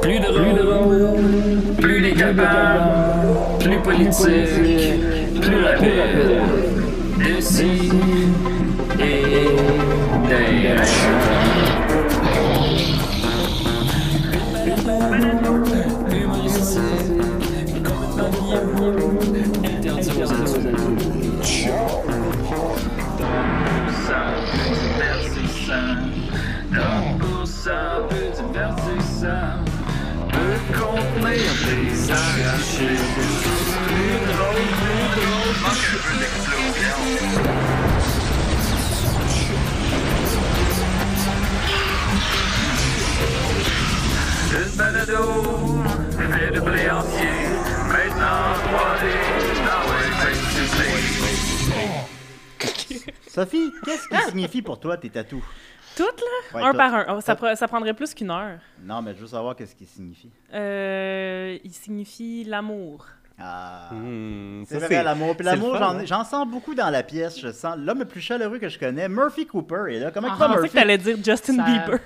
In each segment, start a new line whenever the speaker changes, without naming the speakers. Plus drôle, plus décapable, plus politique, plus rapide. D'ici et d'ailleurs. Humoristique, compagnie, interdit aux adultes. Ça, divertissant. Comme pour ça, peu divertissant. Peut contenir des arrachés. Plus drôle, plus drôle. Manque un peu d'explosion. Une balado fait de blé entier. Maintenant, 3D dans
Sophie, qu'est-ce qui signifie pour toi tes tatous?
Toutes, là?
Ouais,
un
toutes.
par un. Oh, ça,
Toutes.
pre- ça prendrait plus qu'une heure.
Non, mais je veux savoir qu'est-ce qui signifie.
Euh, il signifie l'amour.
Ah.
Hmm,
C'est
ça,
vrai, l'amour. Puis
c'est
l'amour,
le fun,
j'en,
hein.
j'en sens beaucoup dans la pièce. Je sens l'homme le plus chaleureux que je connais, Murphy Cooper, est là. Comment
Ah,
tu vas,
Je pensais que
Murphy?
t'allais dire Justin
Ça-
Bieber.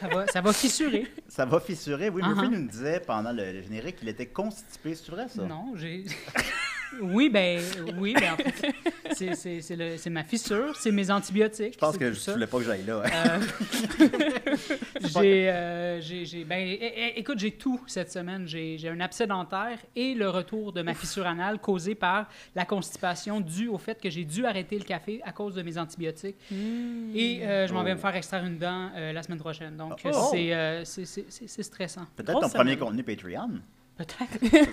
Ça va, ça va fissurer.
Ça va fissurer. Oui, Murphy
Uh-huh.
nous disait pendant le, le générique qu'il était constipé. C'est vrai, ça?
Non, j'ai. Oui, ben, oui, ben, en fait, c'est- c'est c'est le- c'est ma fissure, c'est mes antibiotiques.
Je pense
c'est
que
tout
je
ça.
voulais pas que j'aille là. hein.
Euh, j'ai, euh, j'ai- j'ai- ben, é- é- écoute, j'ai tout cette semaine. J'ai j'ai un abcès dentaire et le retour de ma fissure anale causée par la constipation due au fait que j'ai dû arrêter le café à cause de mes antibiotiques. Et euh, je m'en vais me faire extraire une dent euh, la semaine prochaine. Donc,
Oh.
c'est euh, c'est- c'est- c'est- c'est stressant.
Peut-être ton
grosse
premier
semaine.
contenu Patreon.
Peut-être.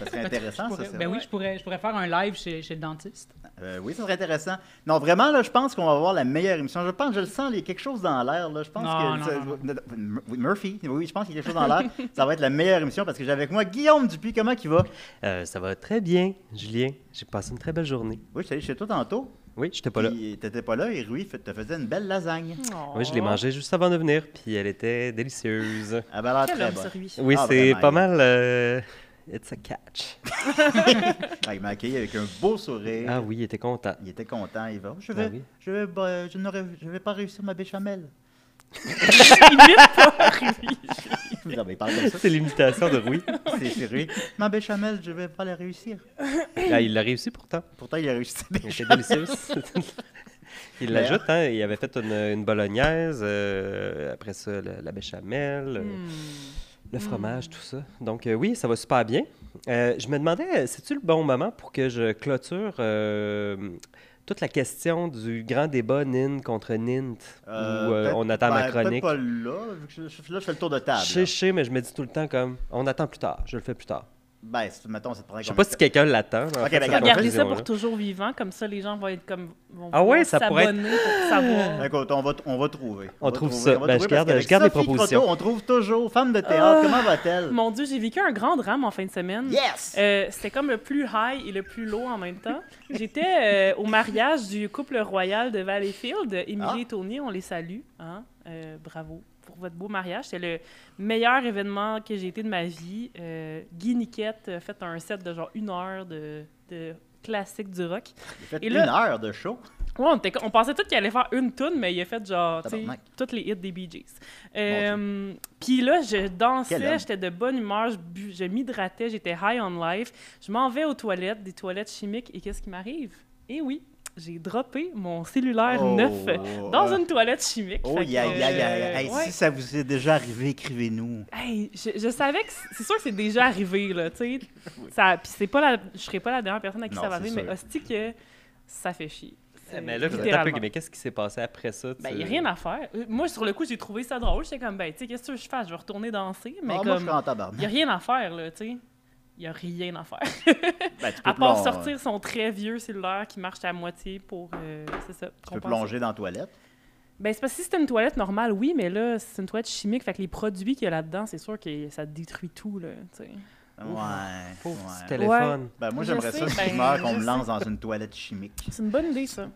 Ça serait intéressant, ça. c'est
ben oui,
vrai.
je pourrais, je pourrais faire un live chez, chez le dentiste.
Euh, oui, ça serait intéressant. Non, vraiment, là, je pense qu'on va avoir la meilleure émission. Je pense, je le sens, il y a quelque chose dans l'air. Là. Je pense
Non,
que.
non,
ça-
non,
Mur- oui, Murphy, oui, je pense qu'il y a quelque chose dans l'air. ça va être la meilleure émission parce que j'ai avec moi Guillaume Dupuis. Comment il va?
Euh, ça va très bien, Julien. J'ai passé une très belle journée.
Oui, je suis allé chez toi tantôt.
Oui, j'étais pas là. Oh.
Puis T'étais pas là et Rui fait- te faisait une belle lasagne.
Oui, je l'ai mangée juste avant de venir, puis elle était délicieuse.
Ah, ben, elle a l'air
Quel
très
homme,
bonne.
ce Rui.
Oui,
Ah,
c'est
vraiment,
pas
il-
mal. euh, It's a catch.
Ah, il m'a accueilli avec un beau sourire.
Ah oui, il était content.
Il était content, il va. Je vais,
Ah oui.
je vais, bah, je n'aurais, je vais pas réussir ma béchamel. Non, mais il parle comme ça.
C'est l'imitation de Rui.
C'est c'est Rui. Ma béchamel, je vais pas la réussir.
Ah, il l'a réussi pourtant.
Pourtant, il a réussi sa béchamel.
Elle était délicieuse. il
Mais-
l'ajoute, hein. Il avait fait une, une bolognaise, euh, après ça, la, la béchamel, euh,
Hmm.
le fromage, tout ça. Donc, euh, oui, ça va super bien. Euh, je me demandais, euh, c'est-tu le bon moment pour que je clôture euh, toute la question du grand débat Nin contre Nint,
Euh,
où euh,
peut-être-
on attend ma
ben, peut-être
chronique?
pas là, vu que je- je- là, je fais le tour de table.
Je sais, je sais, mais je me dis tout le temps comme, on attend plus tard, je le fais plus tard.
Ben, si- mettons, ça te prendrait
Je sais pas si quelqu'un l'attend. en
Ok, ben,
cette
regarde,
Regardez ça
conclusion-là.
pour toujours vivant, comme ça les gens vont être comme. Vont
Ah ouais,
pouvoir
ça pourrait être-
s'abonner pour savoir.
Écoute, on va, t- on va trouver.
On
va
trouve
trouver,
ça.
on va
Ben,
trouver, parce
je garde-
qu'avec
je garde les
Sophie Croteau,
propositions.
on trouve toujours. Femme de théâtre,
Ah.
comment va-t-elle?
Mon Dieu, j'ai vécu un grand drame en fin de semaine.
Yes!
Euh, C'était comme le plus high et le plus low en même temps. J'étais euh, au mariage du couple royal de Valleyfield, Émilie
Ah.
et Tony, on les salue. hein. Euh, bravo pour votre beau mariage. C'est le meilleur événement que j'ai été de ma vie. Euh, Guy Niquette a fait un set de genre une heure de, de classique du rock.
J'ai fait
et
une
là-
heure de show.
Ouais, on, était co- on pensait tout qu'il allait faire une tune, mais il a fait genre tu sais,
Tabarnak.
toutes les hits des Bee Gees. Euh, Puis là, je
Quel homme.
dansais, j'étais de bonne humeur, je, bu- je m'hydratais, j'étais high on life. Je m'en vais aux toilettes, des toilettes chimiques, et qu'est-ce qui m'arrive? Eh oui, j'ai droppé mon cellulaire
Oh,
neuf
oh,
dans
oh.
une toilette chimique.
Oh,
Fait que,
ya, ya, ya, ya.
euh,
Hey,
ouais.
Si ça vous est déjà arrivé, écrivez-nous.
Hey, je, je savais que c- c'est sûr que c'est déjà arrivé là, tu sais. Ça- Puis c'est pas la, je serais pas la dernière personne à qui
Non,
ça va
c'est
arriver,
sûr.
mais hostie que ça fait chier. C'est-
Euh, Eh, Mais là, je me
littéralement.
tape, mais qu'est-ce qui s'est passé après ça?
Ben,
tu-
il a rien à faire. Euh, Moi, sur le coup, j'ai trouvé ça drôle. J'étais comme, ben, tu sais, qu'est-ce que je fais? Je vais retourner danser, mais
Ah, Moi, je
comme,
suis en
il y a
tabarnak.
rien à faire, là, tu sais. Il y a rien à faire.
Ben, tu peux
À part
plon-
sortir son très vieux cellulaire qui marche à moitié pour, euh, c'est ça,
Tu peux
compenser.
plonger dans la toilette.
Ben, c'est parce que si c'était une toilette normale, oui, mais là, c'est une toilette chimique, fait que les produits qu'il y a là-dedans, c'est sûr que ça détruit tout, là, tu sais.
Ouais.
Ouf. Pauvre petit
ouais.
téléphone.
Ben, moi,
Je
j'aimerais ça,
sais,
si
ben,
je meurs, qu'on
je
me lance dans une toilette chimique.
C'est une bonne idée, ça.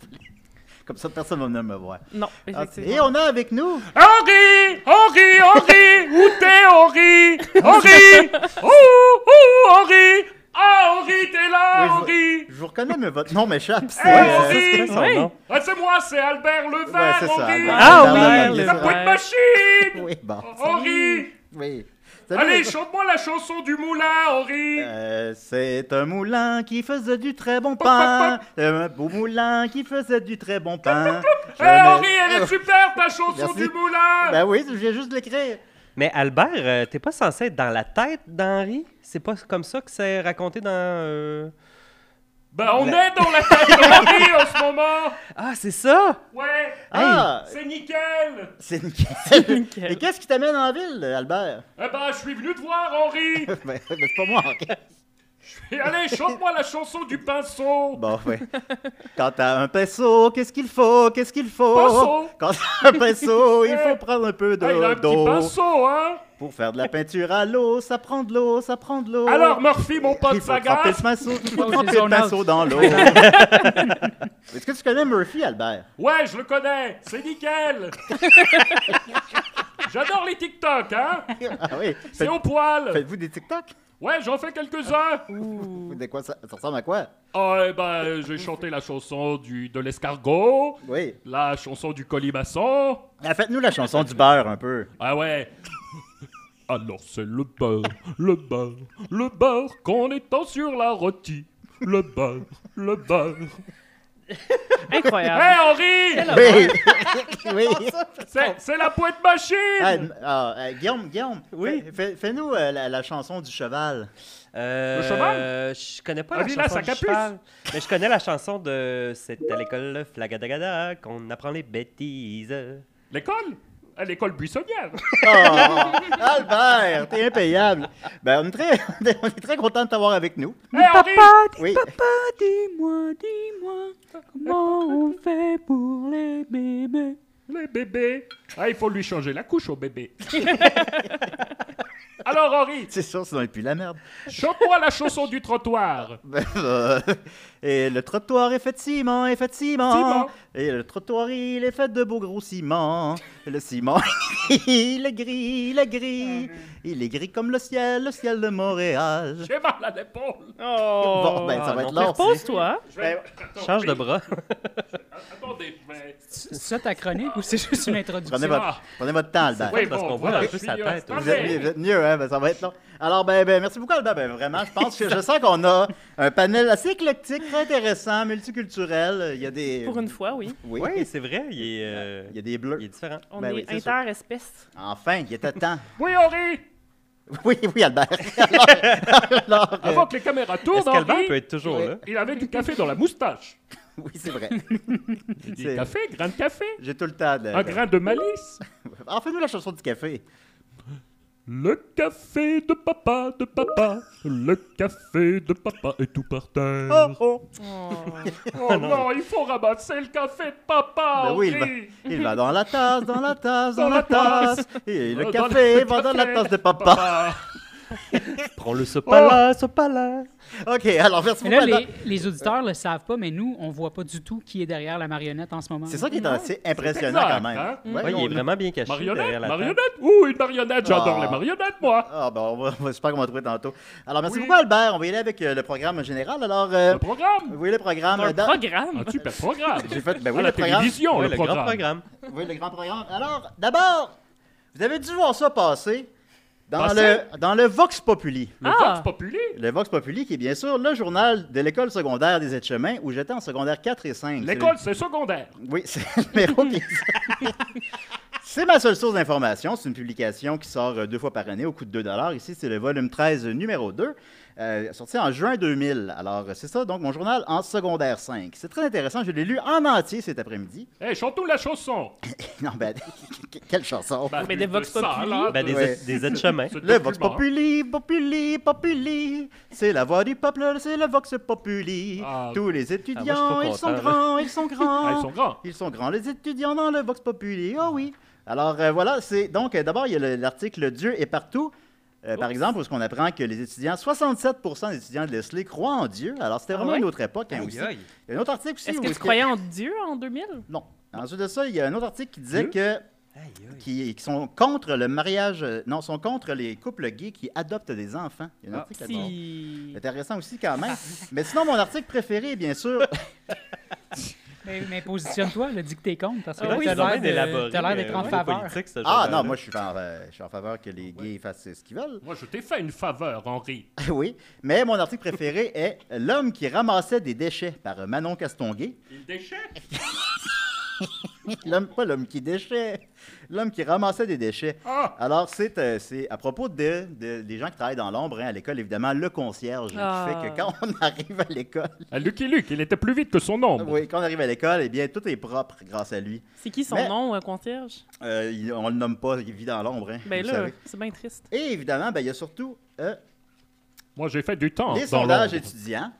Comme ça, personne va venir me voir.
Non,
Ah,
effectivement.
Et on a avec nous
Henri! Henri! Henri! Où t'es, Henri? Henri! Ouh! Ouh! Henri! Ah, Henri, t'es là,
Oui,
Henri!
Je vous reconnais, mais votre nom
Eh,
m'échappe. C'est.
Henri!
euh,
C'est quoi son
Oui.
nom?
Ah, c'est moi, c'est Albert
ouais,
Levin,
c'est ça.
Henri!
Albert.
Ah
Albert
oui,
Levin.
le
La
Levin.
boîte machine!
Oui, bon.
Henri! Eh,
Oui. Salut,
Allez,
les-
chante-moi la chanson du moulin, Henri.
Euh, c'est un moulin qui faisait du très bon
pop,
pain. Euh, Un beau moulin qui faisait du très bon pain. Je
Hé,
ne-
Eh, Henri, elle est super, ta chanson
Merci.
du moulin.
Ben oui, je viens juste de l'écrire.
Mais Albert, euh, t'es pas censé être dans la tête d'Henri? C'est pas comme ça que c'est raconté dans... euh,
Ben, on est dans la tête d'Henri en ce moment.
Ah, c'est ça!
Ouais,
Ah,
c'est nickel.
c'est nickel.
Nickel.
Et qu'est-ce qui t'amène en ville, Albert?
Eh ben, je suis venu te voir, Henri.
ben, ben, c'est pas moi, ok.
Et allez, chante-moi la chanson du pinceau.
Bon, oui. Quand t'as un pinceau, qu'est-ce qu'il faut? Qu'est-ce qu'il faut?
Pinceau.
Quand t'as un pinceau, il faut prendre un peu
Ah, il a un
de-
petit
d'eau.
pinceau, hein.
Pour faire de la peinture à l'eau, ça prend de l'eau, ça prend de l'eau.
Alors, Murphy, mon
il
pote,
faut
ça
tremper
gaffe.
le pinceau, il faut
Oh,
tremper
c'est
le
zone out.
pinceau dans l'eau. Est-ce que tu connais Murphy, Albert?
Ouais, je le connais, c'est nickel. J'adore les TikTok, hein.
Ah oui.
C'est
Faites-
au poil.
Faites-vous des TikTok?
Ouais, j'en fais quelques-uns.
Ouh.
De quoi ça, ça ressemble à quoi?
Ah, eh ben, j'ai chanté la chanson du, de l'escargot,
Oui.
la chanson du colimaçon.
Ah, Faites-nous la chanson du beurre un peu.
Ah ouais. Alors c'est le beurre, le beurre, le beurre qu'on étend sur la rôtie. Le beurre, le beurre. Hé
Incroyable.
Henri
Oui! oui!
c'est, c'est la poète machine
Ah, n- ah, euh, Guillaume, Guillaume,
Oui.
fais- fais- fais-nous euh, la, la chanson du cheval.
Euh,
Le cheval?
Je connais pas
Ah,
la
lui, là,
chanson
ça
du
capuce.
cheval, mais je connais la chanson de « C'est à l'école flagadagada qu'on apprend les bêtises
L'école À l'école buissonnière
Oh, Albert, t'es impayable. Ben, on est très, on est très content de t'avoir avec nous.
Hé Henri
Oui. Ah,
Dis-moi, dis-moi, comment on fait pour les bébés?
Le bébé Ah, il faut lui changer la couche au bébé Alors Henri,
C'est sûr, sinon il pue la merde.
chante-moi la chanson du trottoir
Ben, euh, et le trottoir est fait de ciment, est fait de ciment.
Ciment.
Et le trottoir, il est fait de beau gros ciment. Le ciment, il est gris, il est gris. Il est gris comme le ciel, le ciel de Montréal.
J'ai mal à l'épaule
Bon, ben, ça va être
Oh, non.
long.
Repose-toi.
Je vais- Attends, ».
Change de bras.
Attendez, je vais...
C'est ça ta chronique ou c'est juste une introduction? Ah.
Prenez votre, prenez votre temps, Albert.
Oui,
parce
bon,
qu'on voit
voilà,
un
je
peu
suis,
sa
euh,
tête,
parfait.
Vous êtes mieux, vous êtes mieux, hein, ben, ça va être long. Alors, ben, ben, merci beaucoup, Albert. Ben, vraiment, je pense que je sens qu'on a un panel assez éclectique, très intéressant, multiculturel. Il y a des.
Pour une fois, oui.
Oui,
Oui, c'est vrai, il est, euh,
il y a des bleus.
il est différent.
On
Ben oui,
est
c'est sûr.
inter-espèces.
Enfin, il était temps.
Oui Henri
Oui, oui, Albert. Alors, alors, euh,
Avant que les caméras tournent,
Est-ce qu'Albert
Henri,
peut être toujours
Oui.
là?
il avait du café dans la moustache.
oui, c'est vrai.
Il dit
C'est-
café, grain de café,
J'ai tout le temps. De...
un grain de malice.
Alors, Euh, Ah, fais-nous la chanson du café.
Le café de papa, de papa, le café de papa est tout par
Oh,
terre.
oh. Ah,
Oh.
Oh non, il faut ramasser le café de papa,
Ben oui, il va,
Henri.
il va dans la tasse, dans la tasse, dans,
Dans
la
la
tasse. Et le
Dans
café va dans la
café
tasse de papa.
Prends-le sopala, sopala.
Oh! OK, alors, merci
Mais
beaucoup.
là,
Albert.
les, les auditeurs le savent pas, mais nous, on voit pas du tout qui est derrière la marionnette en ce moment.
C'est ça qui est assez impressionnant
exact,
quand même.
hein?
Ouais,
Ouais, il
on-
est vraiment bien caché derrière
Marionnette,
la table.
marionnette. Ouh, une marionnette, j'adore
Ah.
les marionnettes, moi.
Ah, ben, on va, on va- j'espère qu'on va trouver tantôt. Alors, merci
Oui.
beaucoup, Albert. On va y aller avec euh, le programme général. Alors, euh,
Le programme,
oui, le programme.
Un
dans-
programme.
un super programme.
J'ai fait, ben
à
oui,
la
le programme.
télévision,
Ouais,
le
le grand
programme.
programme.
Oui, le grand programme. Alors, d'abord, vous avez dû voir ça passer dans,
Passer?
Le, dans le Vox Populi.
Le
Ah.
Vox Populi.
Le Vox Populi, qui est bien sûr le journal de l'école secondaire des Etchemins, où j'étais en secondaire 4 et 5. C'est
L'école, c'est secondaire.
Oui, c'est le numéro qui est- C'est ma seule source d'information. C'est une publication qui sort euh, deux fois par année au coût de 2 Ici, c'est le volume 13, euh, numéro 2, euh, sorti en juin 2000. Alors, euh, c'est ça, donc mon journal en secondaire 5. C'est très intéressant. Je l'ai lu en entier cet après-midi.
Eh, chantons la chanson.
non, ben, quelle chanson!
Ben,
Mais des Vox
ça,
Populi.
là,
Ben, des,
Ouais.
des aides-chemins.
ce
Le Vox
document.
Populi, Populi, Populi, c'est la voix du peuple, c'est le Vox Populi.
Ah.
Tous les étudiants, ils sont
content, là.
grands, ils sont grands.
Ah, ils sont grands.
Ils sont grands, les étudiants dans le Vox Populi. Oh oui. Alors euh, voilà, c'est donc euh, d'abord, il y a le- l'article Dieu est partout. Euh, par exemple, où ce qu'on apprend que les étudiants, 67% des étudiants de Leslie croient en Dieu. Alors, c'était
Ah
vraiment
ouais?
une autre époque. hein, aussi. Il y a un autre article aussi.
Est-ce
où
que tu croyais en Dieu en 2000?
Non. Ensuite de ça, il y a un autre article qui disait que
Eh
qui, qui sont contre le mariage, euh, non, sont contre les couples gays qui adoptent des enfants. Il y a
Ah,
un article là-dedans.
Si.
Intéressant aussi quand même. Mais sinon, mon article préféré, bien sûr,
Mais, mais positionne-toi, là, dis que t'es contre. Parce que
Ah
là,
oui,
t'as
c'est bien
l'air de-
euh,
t'as l'air d'être en faveur.
Ah non, moi je suis, en, euh, je suis en faveur que les gays fassent ce qu'ils veulent.
Moi, je t'ai fait une faveur, Henri.
oui, mais mon article préféré est L'homme qui ramassait des déchets par Manon Castonguay.
Il déchire.
L'homme, pas l'homme qui déchets, l'homme qui ramassait des déchets.
Ah!
Alors, c'est, euh, c'est à propos de, de- des gens qui travaillent dans l'ombre hein, à l'école, évidemment, le concierge
Ah.
qui fait que quand on arrive à l'école,
Ah, Lucky Luke, il était plus vite que son ombre.
oui, quand on arrive à l'école, eh bien, tout est propre grâce à lui.
C'est qui son
Mais-
nom, euh, concierge?
Euh, il- on le nomme pas, il vit dans l'ombre. hein,
Ben
vous
là,
savez.
c'est bien triste.
Et évidemment, ben, il y a surtout euh,
Moi, j'ai fait du temps. hein,
les
dans
sondages
l'ombre.
étudiants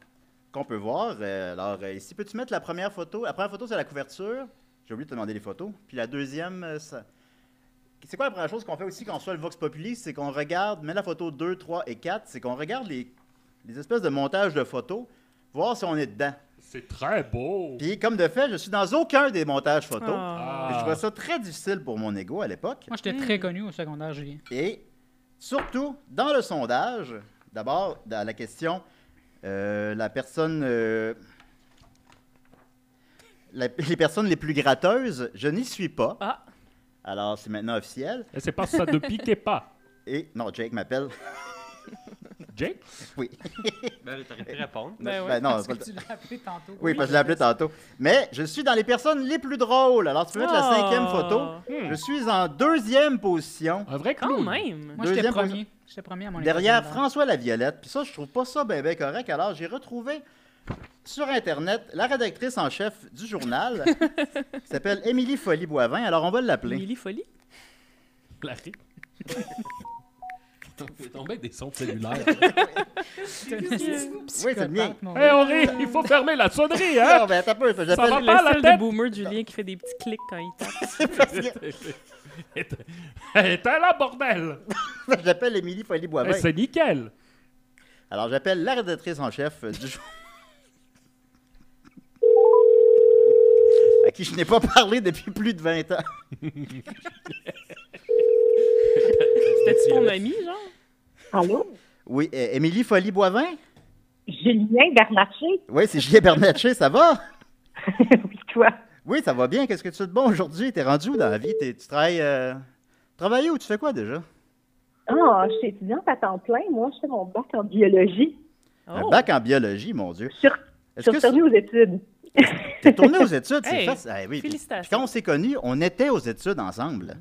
qu'on peut voir. Euh, alors, euh, ici, peux-tu mettre la première photo? La première photo, c'est la couverture. J'ai oublié de te demander les photos. Puis la deuxième, euh, ça- c'est quoi la première chose qu'on fait aussi quand on soit le Vox Populi? C'est qu'on regarde, mets la photo 2, 3 et 4, c'est qu'on regarde les, les espèces de montages de photos, voir si on est dedans.
C'est très beau.
Puis, comme de fait, je suis dans aucun des montages photos.
Ah.
Et Je trouvais ça très difficile pour mon ego à l'époque.
Moi, j'étais très connu au secondaire, Julien.
Et surtout, dans le sondage, d'abord, dans la question, euh, la personne. euh, la- les personnes les plus gratteuses, je n'y suis pas.
Ah.
Alors, c'est maintenant officiel.
Et c'est pas ça de piquer pas.
Et. Non, Jake m'appelle.
Jake?
Oui.
Ben, t'aurais pu répondre.
Ben ouais,
non,
Parce que
pas le-
tu l'as appelé tantôt.
oui, parce que je l'ai appelé tantôt. Mais je suis dans les personnes les plus drôles. Alors, tu peux mettre la
Ah.
cinquième photo. Je suis en deuxième position.
Un vrai
Quand
clown.
même!
Moi, j'étais
Deuxième
premier. J'étais premier à mon école
Derrière
secondaire.
François Laviolette. Puis ça, je trouve pas ça bien ben correct. Alors, j'ai retrouvé sur Internet la rédactrice en chef du journal, qui s'appelle Émilie Folie-Boivin. Alors, on va l'appeler.
Millie Folie?
Clary. T'es tombé avec des sons cellulaires.
Oui, c'est le mien.
Psychopathe, mon
Hé,
gars.
Henri, Eh, il faut fermer la sonnerie,
Ah,
hein?
ben, attends un peu,
Ça va
j'appelle-
pas, la
Le seul de
tête?
boomer Julien qui fait des petits clics quand il tape.
Éteins la bordel!
j'appelle Émilie Folie-Boivin.
Eh, C'est nickel.
ben? Alors, j'appelle la rédactrice en chef du journal. À qui je n'ai pas parlé depuis plus de 20 ans.
C'était-tu ton ami, genre?
Allô?
Oui, euh, Émilie Folie-Boivin?
Julien Bernatchez?
Oui, c'est Julien Bernatchez, ça va?
oui, toi.
Oui, ça va bien. Qu'est-ce que tu fais de bon aujourd'hui? T'es rendu où dans la vie? T'es- tu travailles. euh, Travailler ou tu fais quoi déjà?
Ah, je suis étudiante à temps plein. Moi, je fais mon bac en biologie.
Un
Oh.
bac en biologie, mon Dieu.
Sur,
Est-ce
sur
que
aux études.
c'est- t'es tourné aux études? C'est
Hey,
facile. Ah oui, puis- puis
Félicitations.
quand on s'est connus, on était aux études ensemble.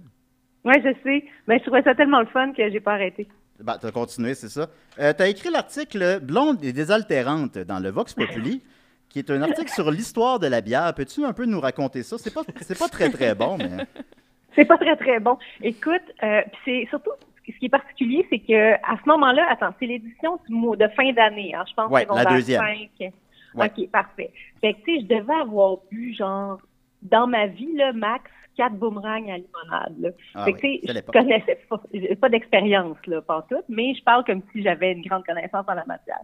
Oui, je sais. Mais je trouvais ça tellement le fun que j'ai pas arrêté.
Bah, t'as continué, c'est ça. Euh, t'as écrit l'article Blonde et désaltérante dans le Vox Populi, qui est un article sur l'histoire de la bière. Peux-tu un peu nous raconter ça? C'est pas, c'est pas très, très bon, mais.
C'est pas très, très bon. Écoute, euh, puis c'est surtout ce qui est particulier, c'est que à ce moment-là, attends, c'est l'édition du mot de fin d'année, hein, je pense.
Ouais, la
secondaire
deuxième.
cinq.
Ouais.
OK, parfait. Fait que, tu sais, je devais avoir bu, genre, dans ma vie, là, max, quatre boomerangs à limonade, là.
Ah
fait que,
oui,
tu sais,
ça l'est
je
pas.
connaissais pas, j'ai pas d'expérience, là, pas tout, mais je parle comme si j'avais une grande connaissance en la matière.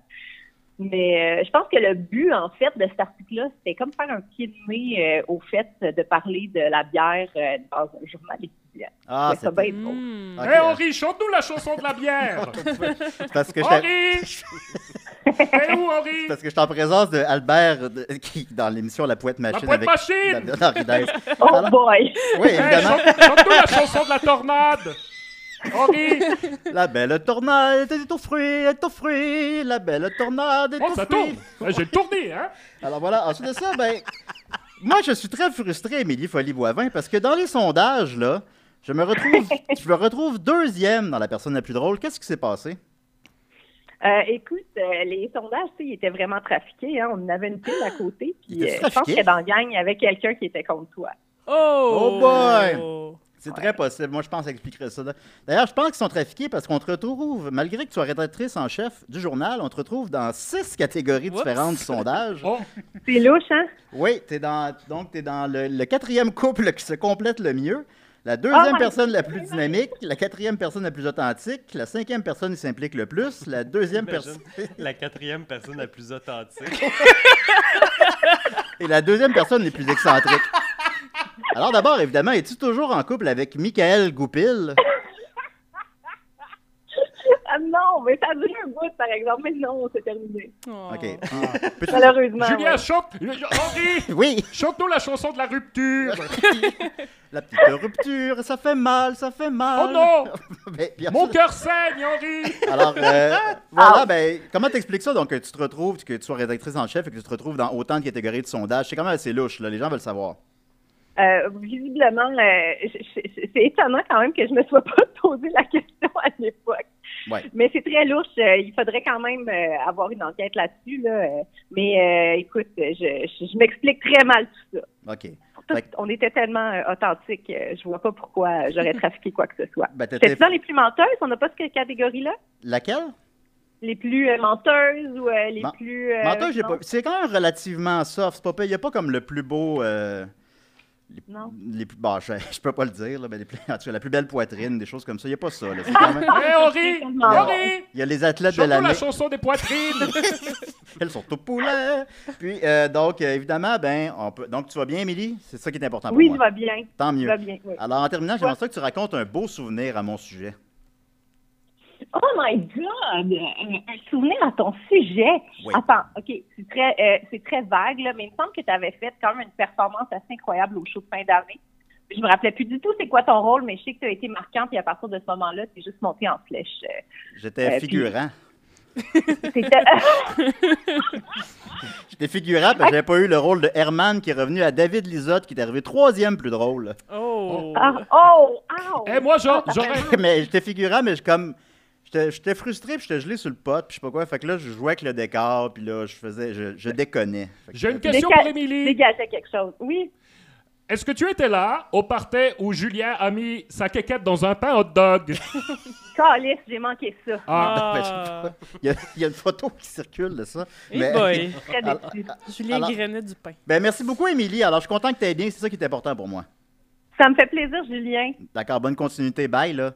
Mais euh, je pense que le but, en fait, de cet article-là, c'était comme faire un pied de nez euh, au fait de parler de la bière euh, dans un journal étudiant.
Ah,
Ouais, ça
c'est
va être drôle.
Hmm.
Hé,
Ok,
Henri, Eh, chante-nous la chanson de la bière.
c'est parce que je t'ai-
Henri! T'es Eh, où, Henri?
Parce que je suis en présence de Albert, de- qui, dans l'émission La Poète
La
Machine
pointe
avec
machine!
Dan- Dan Rides.
Oh
Alors-
boy!
Oui,
Hey,
évidemment.
chante- Chante-nous la chanson de la tornade! Henri!
La belle tornade est au fruit, est au fruit. La belle tornade est
Oh,
au
ça
fruit.
tourne! Ouais, J'ai le tourné, hein?
Alors voilà, ensuite de ça, ben. Moi, je suis très frustré, Émilie Folie-Boivin, parce que dans les sondages, là, je me retrouve, je me retrouve deuxième dans la personne la plus drôle. Qu'est-ce qui s'est passé?
Euh, écoute, euh, les sondages, tu sais, ils étaient vraiment trafiqués. Hein. On en avait une pile à côté.
Ils
Puis,
étaient
euh, je pense
trafiqués?
que dans la gang, il y avait quelqu'un qui était contre toi.
Oh!
Oh boy! C'est très possible. Moi, je pense que ça expliquerait ça. là. D'ailleurs, je pense qu'ils sont trafiqués parce qu'on te retrouve, malgré que tu sois rédactrice en chef du journal, on te retrouve dans six catégories
Oups.
différentes de sondages.
Oh,
C'est louche, hein?
Oui, t'es dans, donc tu es dans le, le quatrième couple qui se complète le mieux. La deuxième
Oh my
personne la plus dynamique, la quatrième personne la plus authentique, la cinquième personne qui s'implique le plus, la deuxième personne
La quatrième personne la plus authentique.
et la deuxième personne les plus excentriques. Alors d'abord, évidemment, es-tu toujours en couple avec Michael Goupil?
Ah non, mais ça a duré un bout, par exemple. Mais non, c'est terminé.
OK. Eh, ah, Peux-tu-
Malheureusement.
Julien,
ouais.
chante. Henri,
Oui,
chante-nous la chanson de la rupture.
la petite rupture, ça fait mal, ça fait
Oh
mal.
non,
Mais, puis
mon
ensuite-
cœur saigne, Henri.
Alors, euh,
Ah.
Ah.
voilà, ben, comment t'expliques ça? Donc, que tu te retrouves, que tu sois rédactrice en chef et que tu te retrouves dans autant de catégories de sondages. C'est quand même assez louche, là. Les gens veulent savoir.
Euh, visiblement, euh, je- je- je- c'est étonnant quand même que je me sois pas posé la question à l'époque.
Ouais.
Mais c'est très louche. Euh, Il faudrait quand même euh, avoir une enquête là-dessus. Là. Euh, Mais euh, écoute, je, je, je m'explique très mal tout ça.
OK.
Tout-
Fait que-
on était tellement euh, authentiques, euh, je vois pas pourquoi j'aurais trafiqué quoi que ce soit.
Ben, t'étais-
C'est dans les plus menteuses, on n'a pas cette catégorie-là?
Laquelle?
Les plus euh, menteuses ou euh, les
Men-
plus... euh,
Menteur, j'ai
non,
pas- C'est quand même relativement soft. C'est pas pire. Il n'y a pas comme le plus beau. euh,
Non.
Les plus... Bon, je, je peux pas le dire, là, mais les plus- en tout cas, la plus belle poitrine, des choses comme ça. Il n'y a pas ça. là. C'est quand même-
Hé, Eh, Henri,
Non.
Henri,
Il y a les athlètes de
chante-nous la
l'année.
chanson des poitrines.
Elles sont au poulet. Puis, euh, donc, euh, évidemment, ben, on peut... donc, tu vas bien, Émilie? C'est ça qui est important pour
Oui,
moi.
il va bien.
Tant
Il
mieux.
va bien, oui.
Alors, en terminant, j'aimerais ça que tu racontes un beau souvenir à mon sujet.
Oh my God! Un un souvenir à ton sujet.
Oui.
Attends, OK, c'est très, euh, c'est très vague, là, mais il me semble que tu avais fait quand même une performance assez incroyable au show de fin d'année. Je me rappelais plus du tout c'est quoi ton rôle, mais je sais que tu as été marquante, puis à partir de ce moment-là, tu es juste monté en flèche. Euh, Euh,
J'étais
puis-
figurant.
C'était.
J'étais figurant parce que j'avais pas eu le rôle de Herman qui est revenu à David Lisotte qui est arrivé troisième plus drôle.
Oh!
Ah, oh! ow! Ah.
Eh, moi, j'a- j'aurais.
mais j'étais figurant, mais je comme. J'étais j'étais frustré, puis j'étais gelé sur le pot, puis je sais pas quoi. Fait que là, je jouais avec le décor, puis là, je faisais. Je, je déconnais. Fait que-
J'ai une question pour Émilie.
Dégageait quelque chose. Oui.
Est-ce que tu étais là au parterre où Julien a mis sa quéquette dans un pain hot dog?
Calice, j'ai manqué ça.
Ah,
Non, mais je sais pas. il, y a, il y a une photo qui circule de ça.
Eh
Mais-
boy!
Très déçue.
Julien
Alors-
Grenet du pain.
Ben, merci beaucoup, Émilie. Alors, je suis content que tu bien. C'est ça qui est important pour moi.
Ça me fait plaisir, Julien.
D'accord, bonne continuité. Bye, là.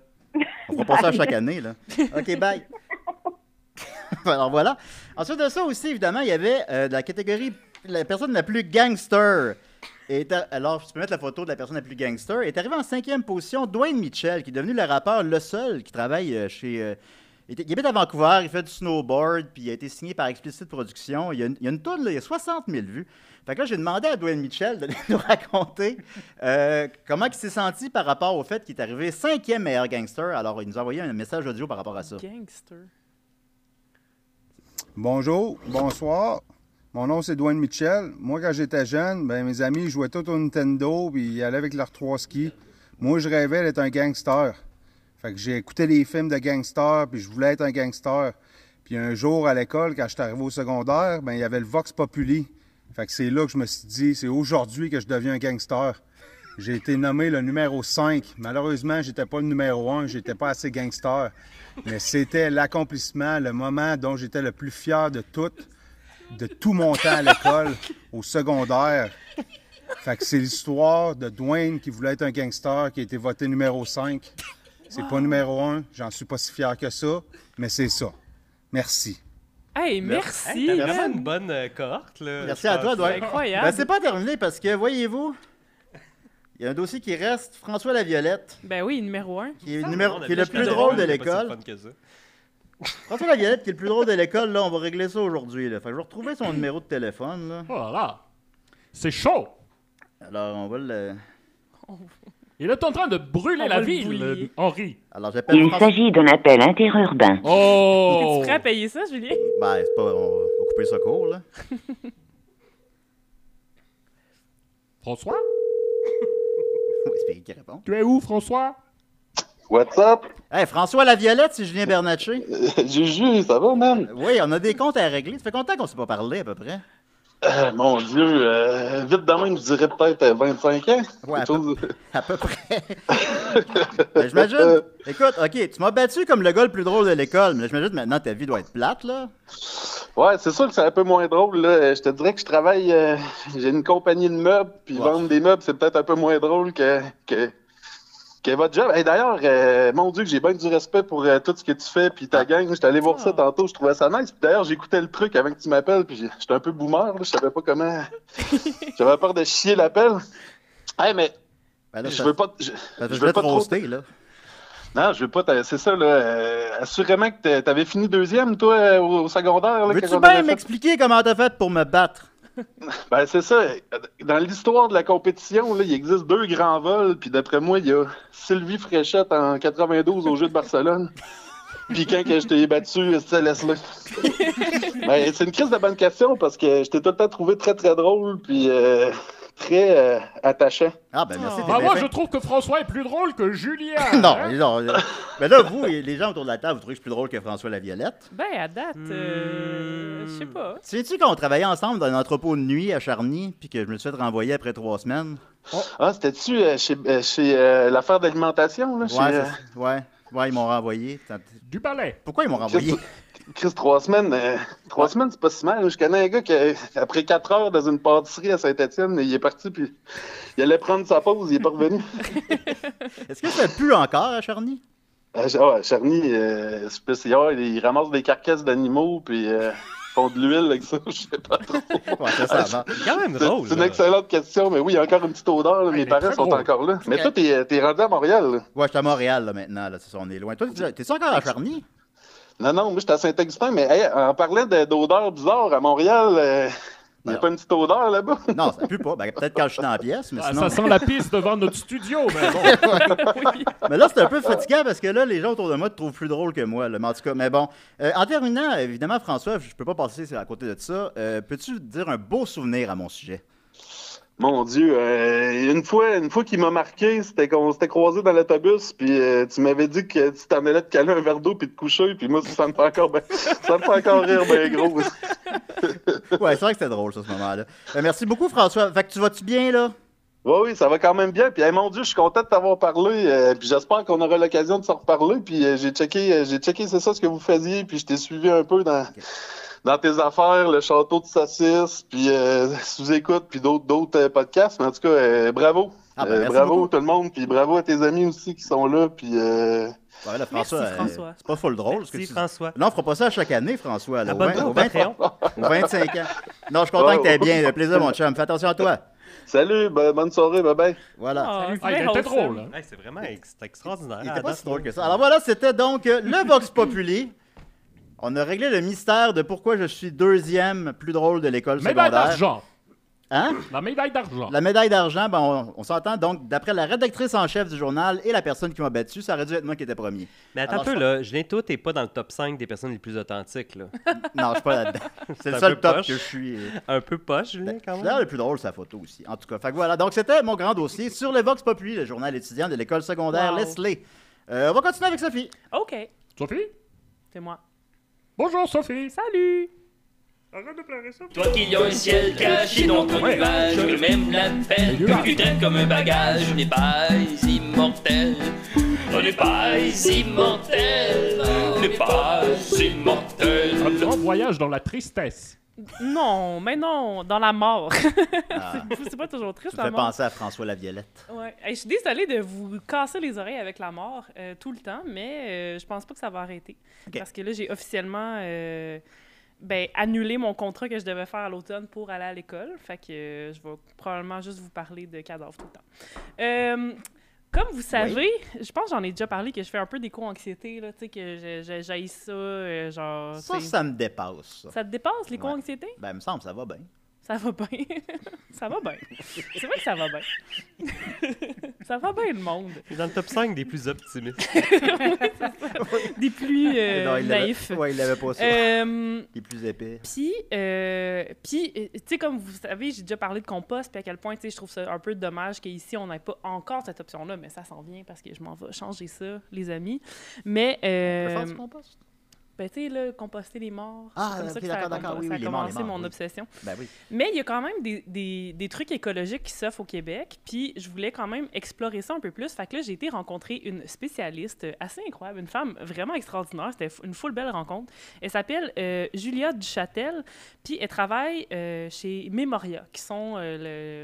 On fera pas ça à chaque année, là. OK, bye. Alors, voilà. Ensuite de ça aussi, évidemment, il y avait euh, de la catégorie la personne la plus gangster. Et est ar- alors, tu peux mettre la photo de la personne la plus gangster. Est arrivé en cinquième position Dwayne Mitchell, qui est devenu le rappeur le seul qui travaille euh, chez. euh, il était- il habite à Vancouver, il fait du snowboard, puis il a été signé par Explicit Productions. Il y a une, il y a une toune, là, il y a 60 000 vues. Fait que là, j'ai demandé à Dwayne Mitchell de nous raconter euh, comment il s'est senti par rapport au fait qu'il est arrivé cinquième meilleur gangster. Alors, il nous a envoyé un message audio par rapport à ça.
Gangster.
Bonjour, bonsoir. Mon nom c'est Dwayne Mitchell. Moi quand j'étais jeune, ben mes amis jouaient tout au Nintendo puis ils allaient avec leurs trois skis. Moi je rêvais d'être un gangster. Fait que j'ai écouté les films de gangsters puis je voulais être un gangster. Puis un jour à l'école quand j'étais arrivé au secondaire, ben il y avait le Vox Populi. Fait que c'est là que je me suis dit c'est aujourd'hui que je deviens un gangster. J'ai été nommé le numéro 5. Malheureusement, j'étais pas le numéro 1, j'étais pas assez gangster. Mais c'était l'accomplissement, le moment dont j'étais le plus fier de tout, de tout mon temps à l'école, au secondaire. Fait que c'est l'histoire de Dwayne qui voulait être un gangster, qui a été voté numéro 5. C'est pas numéro 1, j'en suis pas si fier que ça, mais c'est ça. Merci.
Hey,
Hey,
merci!
t'as
man.
vraiment une bonne euh, cohorte. Là,
Merci
je
à
pense.
toi, Dwayne.
C'est incroyable.
Ben, c'est pas terminé parce que, voyez-vous, il y a un dossier qui reste. François Laviolette,
Ben oui, numéro un.
qui est,
Ah,
numéro-
on a
qui est le
plus
plus
de
drôle de
fun, c'est pas si
l'école.
fun que
Ah,
ça.
François Laviolette, qui est le plus drôle de l'école, là, on va régler ça aujourd'hui. là. Fait que je vais retrouver son numéro de téléphone, là.
Oh là là. C'est chaud.
Alors, on va le...
Il est en train de brûler
On
la
va le
ville,
boulier.
euh, Henri.
Alors, j'appelle
Il
François...
s'agit d'un appel interurbain.
Oh!
T'es-tu prêt à payer ça, Julien?
Ben, c'est pas... On va couper ça court, là.
François?
Oui, c'est Eric qui répond.
Tu es où, François?
What's up?
Hey, François Laviolette, c'est Julien Bernatchez. Euh,
Juju, ça va, man?
Oui, on a des comptes à régler. Ça fait longtemps qu'on s'est pas parlé, à peu près.
Euh, mon Dieu, euh, vite de même, je dirais peut-être euh, 25 ans.
Ouais,
Quelque chose-
À peu près. Ben,
Euh.
j'imagine... Écoute, OK, tu m'as battu comme le gars le plus drôle de l'école, mais là, j'imagine maintenant ta vie doit être plate, là.
Ouais, c'est sûr que c'est un peu moins drôle. Là. Euh, Je te dirais que je travaille, euh, j'ai une compagnie de meubles, puis
Ouais.
vendre des meubles, c'est peut-être un peu moins drôle que, que, que votre job. Et D'ailleurs, euh, mon Dieu, que j'ai bien du respect pour euh, tout ce que tu fais, puis
Ah.
ta gang. J'étais allé voir ça tantôt, je trouvais ça nice. Puis D'ailleurs, j'écoutais le truc avant que tu m'appelles, puis j'ai- j'étais un peu boomer, là. je savais pas comment. J'avais peur de chier l'appel. Hey, mais
Ben, là,
je
ça-
veux pas. Je,
Parce
je
que je vais
veux
te
pas trop.
roaster, là.
Non, je veux pas. t'a- C'est ça, là. euh, assurément que t'a- t'avais fini deuxième, toi, euh, au, au secondaire. là, quand
Veux-tu
on avait
bien
fait-
m'expliquer comment t'as fait pour me battre?
Ben, c'est ça. Dans l'histoire de la compétition, là, il existe deux grands vols. Puis d'après moi, il y a Sylvie Fréchette en 92 au Jeu de Barcelone. Puis quand que je t'ai battu, c'était laisse-le. Ben, c'est une crise de bonne question parce que je t'ai tout le temps trouvé très, très drôle. Puis euh, très euh, attachant.
Ah, ben merci,
Ah, moi, je trouve que François est plus drôle que Julien.
Non,
hein.
non. euh, Mais là, vous, et les gens autour de la table, vous trouvez que je suis plus drôle que François Laviolette?
Ben, à date, euh,
Hmm.
je sais pas.
Sais-tu qu'on travaillait ensemble dans un entrepôt de nuit à Charny, puis que je me suis fait renvoyer après trois semaines?
Ah, c'était-tu euh, chez, euh, chez euh, l'affaire d'alimentation? Là,
Ouais,
chez,
c'est
euh,
ça. ouais, ouais, ils m'ont renvoyé. Tant-
Du balai.
Pourquoi ils m'ont renvoyé?
Chris, Chris, trois semaines, euh, trois semaines, c'est pas si mal. Je connais un gars qui, euh, après quatre heures dans une pâtisserie à Saint-Étienne, il est parti puis il allait prendre sa pause, il est pas revenu.
Est-ce que ça pue encore à Charny?
Euh, Ch- ouais, Charny, euh, c'est plus- ah, il, il ramasse des carcasses d'animaux puis euh, ils font de l'huile avec ça, je sais pas trop.
Euh,
Ah,
Ouais, ça, ça va.
C'est quand même
C'est-
drôle.
C'est une
là.
excellente question, mais oui, il y a encore une petite odeur. là,
Ah, il
mes
est
parents
très
sont
drôle.
encore là. Mais
Ok.
toi, t'es euh, t'es rendu à Montréal. là. Ah,
Ouais, je suis à Montréal, là, maintenant, là, c'est ça, on est loin. Toi, t'es- t'es-tu encore à Charny?
Non, non, moi, j'étais à Saint-Augustin, mais hey, en parlant de- d'odeurs bizarres à Montréal, euh, il n'y a
Non.
pas une petite odeur là-bas?
Non, ça pue pas. Ben, peut-être quand je suis dans la pièce, mais
Ah,
sinon...
ça sent la piste devant notre studio, mais bon.
Mais là, c'est un peu fatigant parce que là, les gens autour de moi te trouvent plus drôle que moi. Là. Mais en tout cas, mais bon. Euh, en terminant, évidemment, François, je peux pas passer à côté de ça. Euh, Peux-tu dire un beau souvenir à mon sujet?
Mon Dieu, euh, une fois, une fois qu'il m'a marqué, c'était qu'on s'était croisés dans l'autobus, puis euh, tu m'avais dit que tu t'en allais te caler un verre d'eau puis te coucher, puis moi, ça me fait encore, ben- ça me fait encore rire, ben gros.
Ouais, c'est vrai que c'était drôle, ça, ce moment-là. Euh, merci beaucoup, François. Fait que tu vas-tu bien, là?
Oui, oui, ça va quand même bien. Puis, hey, mon Dieu, je suis content de t'avoir parlé. euh, puis, j'espère qu'on aura l'occasion de s'en reparler. Puis, euh, j'ai checké, euh, j'ai checké, c'est ça ce que vous faisiez. Puis, je t'ai suivi un peu dans, dans tes affaires, le château de Sassis, puis euh, sous-écoute, puis d'autres d'autres euh, podcasts. Mais en tout cas, euh, bravo.
Ah, ben,
Euh,
merci
bravo
beaucoup.
tout le monde. Puis, bravo à tes amis aussi qui sont là. Puis, euh,
Ouais, là, François,
Merci,
euh,
François. Ah,
c'est pas full drôle. ce que
Merci,
tu-
François.
Non, on fera pas ça chaque année, François. Là, au vingt-
Abonne-toi
au
au
vingt-
Patreon.
au 25 ans. Non, je suis content que t'aies bien. Le plaisir, mon chum. Fais attention à toi.
Oh. salut, ben, bonne soirée, bye bye.
Voilà.
Ah,
Ah, il
c'est
était
bien
drôle.
wholesome.
hein.
Hey, c'est vraiment ex- c'est extraordinaire.
Il
à
était pas
date,
si Ah, drôle
là.
que ça. Alors voilà, c'était donc euh, le Vox Populi. On a réglé le mystère de pourquoi je suis deuxième plus drôle de l'école
Médaille
secondaire.
d'argent.
Hein?
La médaille d'argent.
La médaille d'argent, ben on, on s'entend donc, d'après la rédactrice en chef du journal et la personne qui m'a battu, ça aurait dû être moi qui étais premier.
Mais attends
Alors,
un peu,
je-
là. Julien Tout n'est pas dans le top 5 des personnes les plus authentiques, là.
Non, je suis pas là-dedans. C'est le
un
seul
peu
top
poche.
que je suis. euh,
Un peu poche, Julien, quand
D'ailleurs,
même.
le plus drôle, sa photo aussi. En tout cas, fait que voilà. Donc, c'était mon grand dossier sur le Vox Populi, le journal étudiant de l'école secondaire
Wow.
Leslie. Euh, on va continuer avec Sophie.
OK,
Sophie
c'est moi.
Bonjour, Sophie.
Salut!
Arrête de pleurer, Sophie.
Toi qui as un ciel caché dans ton
Ouais.
nuage, que même la peine
Mais
que
nuage.
tu traînes comme un bagage, on n'est pas immortel. On n'est pas immortel, on n'est pas immortel.
Un grand voyage dans la tristesse.
Non, mais non, dans la mort.
Ah,
c'est pas toujours triste,
je
la
fais
mort.
penser à François Laviolette.
Ouais. Hey, je suis désolée de vous casser les oreilles avec la mort euh, tout le temps, mais euh, je pense pas que ça va arrêter.
Ok.
Parce que là, j'ai officiellement euh, ben, annulé mon contrat que je devais faire à l'automne pour aller à l'école. Fait que euh, je vais probablement juste vous parler de cadavres tout le temps. Euh, comme vous savez, je pense que j'en ai déjà parlé que je fais un peu d'éco-anxiété, là, tu sais, que je- je- j'haïs ça, euh, genre...
Ça,
tu sais.
ça me dépasse. Ça.
Ça te dépasse, l'éco-anxiété?
Ben, il me semble, ça va bien.
Ça va bien. ça va bien. C'est vrai que ça va bien. ça va bien, le monde.
Il est dans le top 5 des plus optimistes.
des plus euh,
Non, il l'avait-
naïfs.
Ouais, il l'avait pas ça.
Euh,
Il est plus épais.
puis, euh, puis, euh, tu sais, comme vous savez, j'ai déjà parlé de compost, puis à quel point, tu sais, je trouve ça un peu dommage qu'ici, on n'ait pas encore cette option-là, mais ça s'en vient parce que je m'en vais changer ça, les amis. Mais, euh,
Faire du compost?
ben, tu sais, là, composter les morts,
Ah,
c'est comme ça
ok,
que ça a,
d'accord, d'accord,
commencé-
oui,
ça a
oui, les morts, les
commencé
morts,
mon
oui.
obsession.
Ben oui.
Mais il y a quand même des, des- des trucs écologiques qui s'offrent au Québec, puis je voulais quand même explorer ça un peu plus. Fait que là, j'ai été rencontrer une spécialiste assez incroyable, une femme vraiment extraordinaire. C'était f- une foule belle rencontre. Elle s'appelle euh, Julia Duchatel, puis elle travaille euh, chez Memoria, qui sont euh,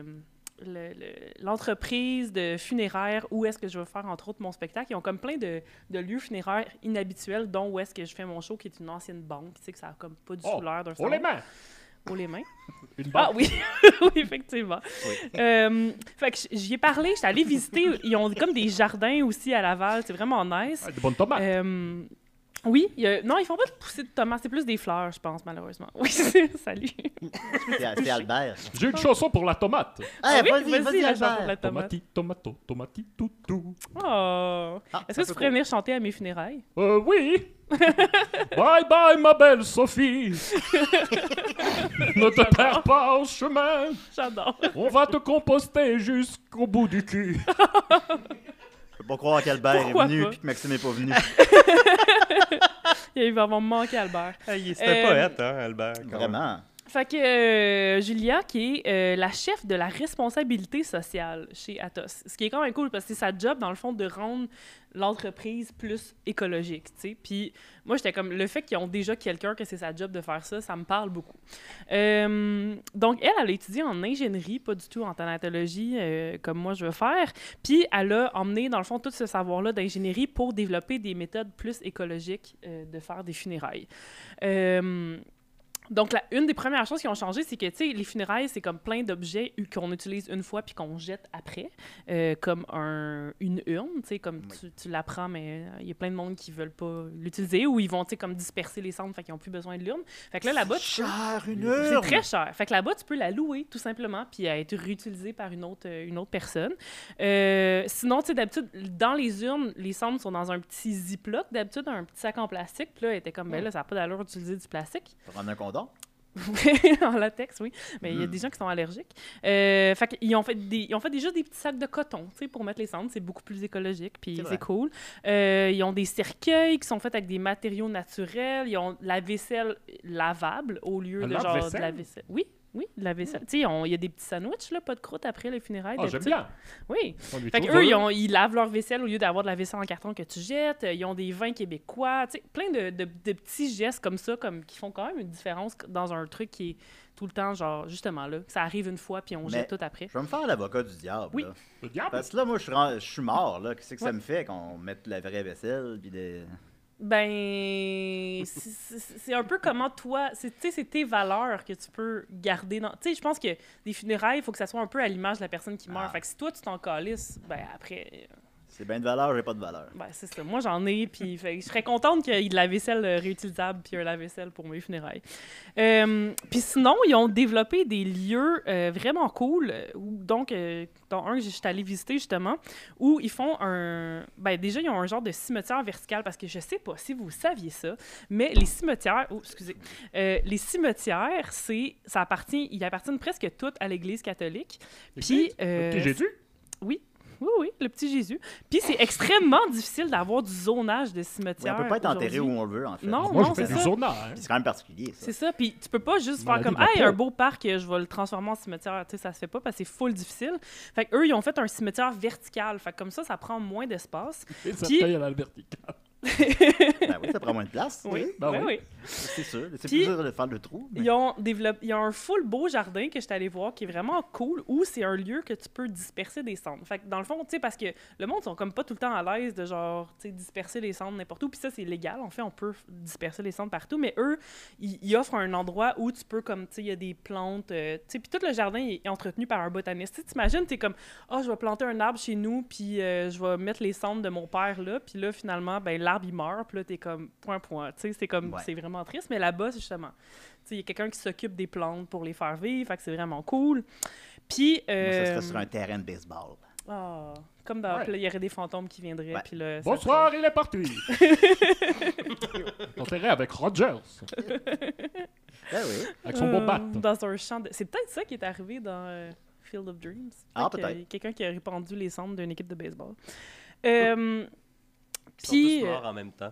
le le- le- l'entreprise de funéraire où est-ce que je vais faire entre autres mon spectacle. Ils ont comme plein de, de lieux funéraires inhabituels, dont où est-ce que je fais mon show, qui est une ancienne banque, tu sais, que ça a comme pas du
Oh,
couleur d'un
On
salon.
les mains.
pour les mains.
Une
ah
barre.
oui, oui, effectivement. Euh, fait que j- j'y ai parlé, j'étais allée visiter. Ils ont comme des jardins aussi à Laval, c'est vraiment nice.
Ah, des bonnes tomates.
Euh, oui, il y a- non, ils font pas de pousser de tomates, c'est plus des fleurs, je pense, malheureusement. Oui, c'est- salut.
C'est Albert. Eh,
J'ai une chanson pour la tomate.
Ah oui, vas-y, vas-y, la chanson pour la tomate.
Tomati, tomato, tomati, tout, tout.
Oh. Est-ce que
un
tu
peu
pourrais venir chanter à mes funérailles?
Euh, oui. bye bye, ma belle Sophie. ne te perds pas en chemin.
J'adore.
On va te composter jusqu'au bout du cul.
Je peux pas croire qu'Albert est
Pourquoi
venu
pas?
et que Maxime est pas venu.
Il va vraiment me manquer, Albert.
C'était
Euh,
poète, hein, Albert? quand même.
Vraiment.
Fait que euh, Julia, qui est euh, la chef de la responsabilité sociale chez Atos, ce qui est quand même cool parce que c'est sa job, dans le fond, de rendre l'entreprise plus écologique, tu sais. Puis moi, j'étais comme, le fait qu'ils ont déjà quelqu'un que c'est sa job de faire ça, ça me parle beaucoup. Euh, donc, elle, elle a étudié en ingénierie, pas du tout en thanatologie, euh, comme moi je veux faire. Puis elle a emmené, dans le fond, tout ce savoir-là d'ingénierie pour développer des méthodes plus écologiques euh, de faire des funérailles. Euh, donc, la- une des premières choses qui ont changé, c'est que, tu sais, les funérailles, c'est comme plein d'objets u- qu'on utilise une fois puis qu'on jette après, euh, comme un- une urne, tu sais, comme tu, tu la prends, mais euh, il y a plein de monde qui veulent pas l'utiliser ou ils vont, tu sais, comme disperser les cendres, fait qu'ils n'ont plus besoin de l'urne. Fait que là, là-bas, tu peux- c'est très cher. Fait que là-bas, tu peux la louer, tout simplement, puis elle être réutilisée par une autre, euh, une autre personne. Euh, sinon, tu sais, d'habitude, dans les urnes, les cendres sont dans un petit ziploc, d'habitude, un petit sac en plastique. Puis là, elle était comme, ben là, ça n'a pas d'allure d'utiliser du plastique.
Prendre un condom.
en latex, oui. Mais il y a
Mm.
Hmm.
des gens qui sont allergiques. Euh, fait qu'ils ont fait, des, ils ont fait déjà des petits sacs de coton, tu sais, pour mettre les cendres. C'est beaucoup plus écologique, puis
C'est
c'est
vrai.
cool. Euh, ils ont des cercueils qui sont faits avec des matériaux naturels. Ils ont de la vaisselle lavable au lieu
Un
de genre de
lave-vaisselle? Hmm.
la vaisselle. Oui. Oui, de la vaisselle. Tu sais, on- il y a des petits sandwichs, là, pas de croûte après les funérailles.
Ah, j'aime
d'habitude.
bien.
Oui.
On lui
Fait
trouve
qu'eux, ils,
eux.
ont- ils lavent leur vaisselle au lieu d'avoir de la vaisselle en carton que tu jettes. Euh, Ils ont des vins québécois. Tu sais, plein de, de- de petits gestes comme ça comme, qui font quand même une différence dans un truc qui est tout le temps, genre, justement, là, que ça arrive une fois puis on
Mais
jette tout après.
Je vais me faire l'avocat du diable.
Oui.
là.
Le diable?
Parce que là, moi, je suis, ren- je suis mort. là. Qu'est-ce que
Ouais.
ça me fait qu'on mette de la vraie vaisselle? Puis des...
Ben, c'est- c'est c'est un peu comment toi, c'est tu sais, c'est tes valeurs que tu peux garder dans. Tu sais, je pense que des funérailles, il faut que ça soit un peu à l'image de la personne qui
Ah.
meurt. Fait que si toi, tu t'en calisses, ben après,
C'est bien de valeur, j'ai pas de valeur.
Ben, c'est ça. Moi, j'en ai, puis fait que je serais contente qu'il y ait de la vaisselle euh, réutilisable puis un lave-vaisselle pour mes funérailles. Euh, puis sinon, ils ont développé des lieux euh, vraiment cool, euh, où- donc, euh, dont un que j'étais allée visiter, justement, où ils font un... Ben, déjà, ils ont un genre de cimetière vertical, parce que je sais pas si vous saviez ça, mais les cimetières... Oh, excusez. Euh, les cimetières, c'est... Ça appartient... Ils appartiennent presque toutes à l'Église catholique. Puis... euh,
petit Jésus?
Oui. Oui, oui, le petit Jésus. Puis c'est extrêmement difficile d'avoir du zonage de
Ouais,
cimetière.
on peut pas être enterré où
aujourd'hui.
on veut, en fait.
Non, Moi, je non, fais c'est du hein. ça. zonage,
Puis C'est quand même particulier, ça.
C'est ça, puis tu peux pas juste faire
Maladie
comme
de la
Hey,
peau.
un beau parc, euh, je vais le transformer en cimetière. Tu sais, ça se fait pas parce que c'est full difficile. Fait que eux, ils ont fait un cimetière vertical. Fait que comme ça, ça prend moins d'espace.
Et ça
Puis-
taille à l'albertique.
Ben oui, ça prend moins de place.
Oui,
Ben
ben oui.
C'est sûr. C'est
Puis-
plus dur de faire le trou. mais-
Ils ont, développé, ils ont un full beau jardin que je suis allée voir qui est vraiment cool où c'est un lieu que tu peux disperser des cendres. Fait que dans le fond, tu sais, parce que le monde sont comme pas tout le temps à l'aise de genre, tu sais, disperser les cendres n'importe où. Puis ça, c'est légal. En fait, on peut f- disperser les cendres partout. Mais eux, ils, ils offrent un endroit où tu peux, comme, tu sais, il y a des plantes. euh, tu sais, puis tout le jardin est est entretenu par un botaniste. Tu sais, t'imagines, t'es comme, ah, je vais planter un arbre chez nous, puis euh, je vais mettre les cendres de mon père là. Puis là, finalement, ben, l'arbre, il meurt. Puis là, t'es comme, point, point. Tu sais, c'est comme,
Ouais.
c'est vraiment triste. Mais là-bas, c'est justement. Tu sais, Il y a quelqu'un qui s'occupe des plantes pour les faire vivre, fait que c'est vraiment cool. Puis.
Moi, ça
euh,
serait sur un terrain de baseball.
ah, comme dans.
Ouais.
puis là, il y aurait des fantômes qui viendraient. puis là, ça
Bonsoir, il est parti. Enterré avec Rogers.
Eh oui.
Avec son bon bat.
Euh, Dans un champ. de- C'est peut-être ça qui est arrivé dans euh, Field of Dreams.
Ah,
Fait que, euh,
peut-être.
Quelqu'un qui a répandu les cendres d'une équipe de baseball. Euh, puis.
Tous morts en même temps.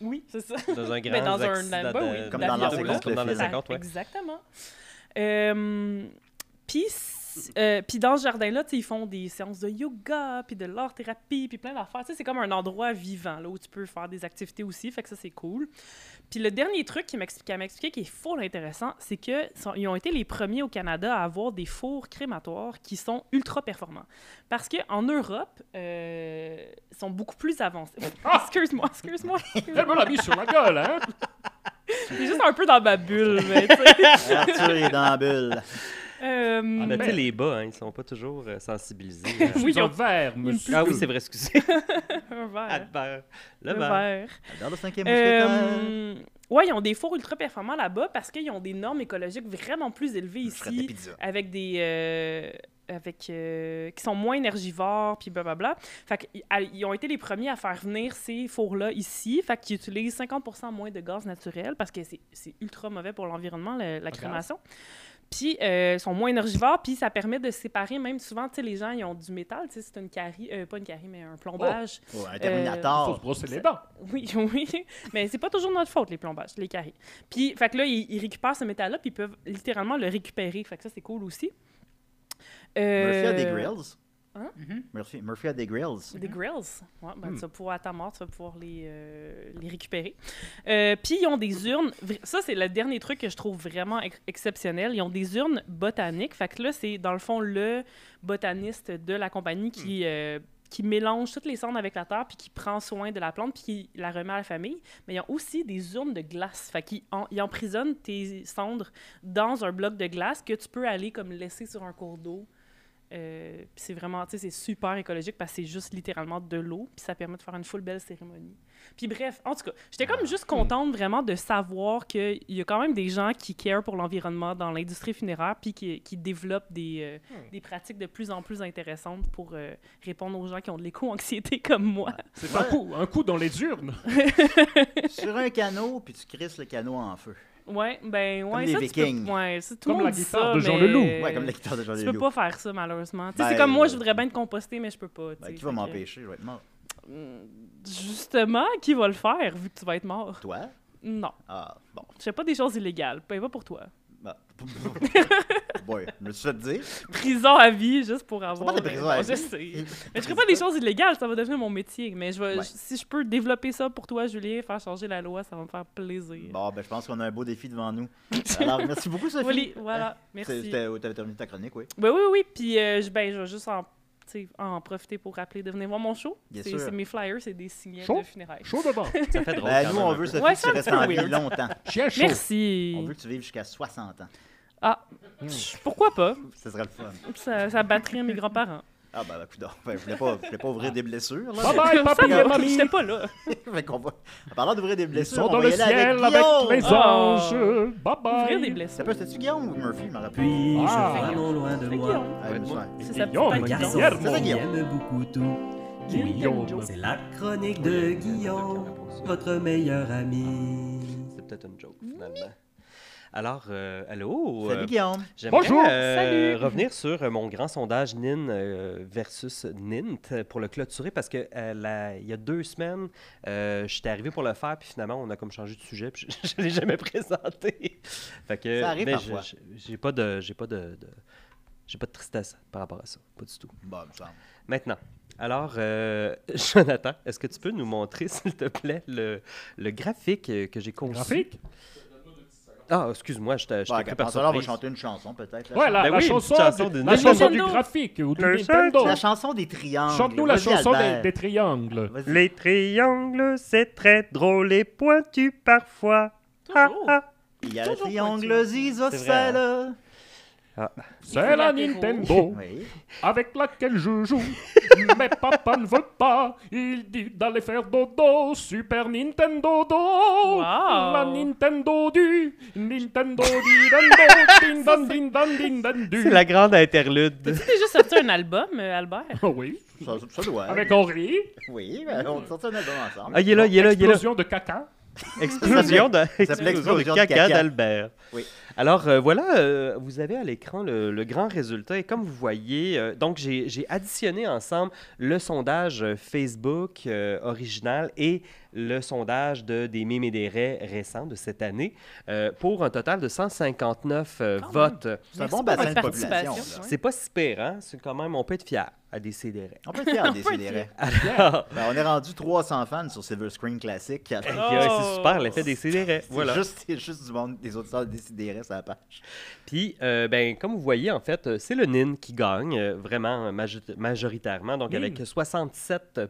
Oui, c'est ça.
Dans un grand
Mais dans un
accident
ben
de-
oui,
Comme
d'avion,
dans la séquence,
là.
comme dans la
Ça-
séquence, ouais.
Exactement. Euh, Puis s- euh, puis dans ce jardin-là, tu sais, ils font des séances de yoga, puis de l'art-thérapie, puis plein d'affaires. Tu sais, C'est comme un endroit vivant là, où tu peux faire des activités aussi, fait que ça, c'est cool. Puis le dernier truc qui m'expliquait, m'expliquait qui est full intéressant, c'est qu'ils ont été les premiers au Canada à avoir des fours crématoires qui sont ultra performants. Parce qu'en Europe, euh, ils sont beaucoup plus avancés. excuse-moi, excuse-moi.
Elle me l'a mis sur la gueule, hein?
Il est juste un peu dans ma bulle, mais tu sais.
Arthur est dans la bulle.
Euh,
Ah, ben, tu sais,
ben-
les bas, hein, ils sont pas toujours euh, sensibilisés.
Oui,
ils
ils ont- Verre, une monsieur.
Ah oui, c'est vrai, excusez.
un verre.
Albert. Le
Le
verre.
verre.
Dans le cinquième
Euh, ouais, ils ont des fours ultra performants là-bas parce qu'ils ont des normes écologiques vraiment plus élevées
de
ici,
pizza.
avec des euh, avec euh, qui sont moins énergivores puis blablabla. Fait qu'ils- à- ils ont été les premiers à faire venir ces fours-là ici, fait qu'ils utilisent 50% moins de gaz naturel parce que c'est c'est ultra mauvais pour l'environnement le- la
gaz.
crémation. Puis euh, ils sont moins énergivores, puis ça permet de séparer même souvent, tu sais, les gens ils ont du métal, tu sais, c'est une carie, euh, pas une carie, mais un plombage.
Oh, un Terminator. Faut se brosser les dents.
Euh, Oui, oui. Mais c'est pas toujours notre faute, les plombages, les caries. Puis, fait que là, ils, ils récupèrent ce métal-là, puis ils peuvent littéralement le récupérer. Fait que ça, c'est cool aussi. Euh,
Murphy a des grills. Mhm.
Hein?
Murphy, Murphy a des grills.
Des grills. Ouais, ben,
Hmm.
tu vas pouvoir, à ta mort, tu vas pouvoir les, euh, les récupérer. Euh, Puis, ils ont des urnes. vra- Ça, c'est le dernier truc que je trouve vraiment ex- exceptionnel. Ils ont des urnes botaniques. Fait que là, c'est, dans le fond, le botaniste de la compagnie
Hmm.
qui. euh, qui mélange toutes les cendres avec la terre, puis qui prend soin de la plante, puis qui la remet à la famille. Mais ils ont aussi des urnes de glace. Fait qu'ils en- ils emprisonnent tes cendres dans un bloc de glace que tu peux aller comme laisser sur un cours d'eau. Euh, puis c'est vraiment, tu sais, c'est super écologique parce que c'est juste littéralement de l'eau, puis ça permet de faire une full belle cérémonie. Puis bref, en tout cas, j'étais
Ah,
comme juste contente vraiment de savoir qu'il y a quand même des gens qui care pour l'environnement dans l'industrie funéraire, puis qui, qui développent des, euh,
Hmm.
des pratiques de plus en plus intéressantes pour euh, répondre aux gens qui ont de l'éco-anxiété comme moi.
Ah,
C'est un coup, un coup dans les urnes.
Sur un canot, Oh, puis tu crisses le canot en feu.
Ouais, ben ouais,
Comme les
ça, tu peux-
Vikings.
ouais, ça, tout
Comme
le
la
monde dit
guitare
ça,
de Jean
mais-
Leloup. Ouais, comme la guitare de Jean
Tu
Leloup.
peux pas faire ça, malheureusement. Tu sais,
Ben,
c'est comme moi,
euh,
je voudrais bien te composter, mais je peux pas. tu
Ben,
sais,
qui va
fait que-
m'empêcher? Je vais être mort.
Justement, qui va le faire vu que tu vas être mort?
Toi?
Non.
Ah, bon.
Je fais pas des choses illégales. Paye pas pour toi.
Bah, boy, je me suis fait dire.
Prison à vie, juste pour avoir. euh,
pas de prison à
Je
vie.
sais. Mais je ferai pas des choses illégales, ça va devenir mon métier. Mais je vais-
Ouais.
si je peux développer ça pour toi, Julien, faire changer la loi, ça va me faire plaisir.
Bon, ben, je pense qu'on a un beau défi devant nous. Alors, merci beaucoup, Sophie. Euh,
Oli, voilà, merci.
Tu avais terminé ta chronique, oui.
Ben oui, oui. Puis euh, je, ben, je vais juste en, tu sais, en profiter pour rappeler de venir voir mon show.
Bien
C'est
sûr.
c'est mes flyers, c'est des signets
Chaud?
de funérailles.
Chaud de bord. Ça fait drôle Ben, quand nous, même on un veut, peu. Sophie, que tu
c'est un
restes
peu
en vie
weird.
longtemps. Chien chaud.
Merci.
On veut que tu vives jusqu'à 60 ans.
Ah,
Hmm.
pourquoi pas?
Ça serait le fun.
Ça, ça battrait mes grands-parents.
Ah, ben, ben coudonc. Ben, je voulais pas, je voulais pas ouvrir des blessures. Là.
Bye bye, papi et mamie. J'étais pas là.
fait qu'on va... En parlant d'ouvrir des blessures,
sont
on
dans
va
le
y aller
ciel
avec,
avec
Guillaume.
les anges. Oh. Bye bye. Ouvrir des
blessures.
Ça peut être Guillaume ou Murphy, je me rappelle.
Puis
Ah.
je fais non loin de
C'est
moi.
Guillaume. Ah, je me souviens.
Et
C'est
puis,
sa petite
un
patte.
garçon
Guillaume. C'est ça,
qui
Guillaume.
aime beaucoup tout. Guillaume. C'est la chronique de Guillaume, votre meilleur ami.
C'est peut-être une joke, finalement. Alors, euh, allô?
Salut,
euh,
Guillaume.
j'aimerais,
Bonjour.
euh,
Salut.
revenir sur euh, mon grand sondage NIN euh, versus NINT euh, pour le clôturer parce que euh, la- il y a deux semaines, euh, j'étais arrivé pour le faire, puis finalement, on a comme changé de sujet, puis je ne l'ai jamais présenté. fait que,
Ça arrive
mais
parfois.
j'ai- J'ai pas de... J'ai pas de, de- j'ai pas de tristesse par rapport à ça, pas du tout.
Bon, il me semble.
Maintenant, alors, euh, Jonathan, est-ce que tu peux nous montrer, s'il te plaît, le, le graphique euh, que j'ai conçu?
graphique?
Ah, excuse-moi, je t'ai je
Bon,
t'ai
ok,
pris par
en attendant, on va
surprise.
chanter une chanson, peut-être.
Ouais, la-
chanson-
la Ben oui, chanson une chanson du- de la Nintendo. chanson du graphique ou du Nintendo.
La chanson des triangles.
Chante-nous la
Vas-y,
chanson des,
Albert.
des triangles.
Les triangles, c'est très drôle et pointu parfois.
Il y a le triangle
C'est Ah. vrai, hein.
isocèle.
C'est la
Latéraux.
Nintendo
Oui.
avec laquelle je joue. Mais papa ne veut pas. Il dit d'aller faire dodo. Super Nintendo do. La Nintendo du. Nintendo di dando. Din dan din dan din dan du.
C'est la grande interlude.
Tu as juste sorti un album, euh, Albert?
oui.
Ça, ça doit.
Avec Henri.
Oui, ben, on sortit un album ensemble.
Ah, il est là, il est là, il est là.
Explosion de caca.
Explosion de,
Ça s'appelait
explosion de
Explosion de
caca,
caca.
d'Albert.
Oui.
Alors euh, voilà, euh, vous avez à l'écran le, le grand résultat. Et comme vous voyez, euh, donc j'ai j'ai additionné ensemble le sondage euh, Facebook euh, original et le sondage de des mimes et des raies récents de cette année euh, pour un total de 159 euh, votes.
C'est un Merci bon pour bassin votre de population, participation, là.
C'est pas si pire, hein? C'est quand même, on peut être fier à des
On peut être fiers des CDR.
Alors-
Ben, on est rendu 300 fans sur Silver Screen Classic. Alors-
Aïe, aïe, c'est super, l'effet des CDR.
C'est
Voilà.
Juste, c'est juste du monde, des auditeurs des CDR sur la page.
Puis, euh, ben, comme vous voyez, en fait, euh, c'est le NIN qui gagne euh, vraiment euh, majorita- majoritairement, donc
Nin.
avec 67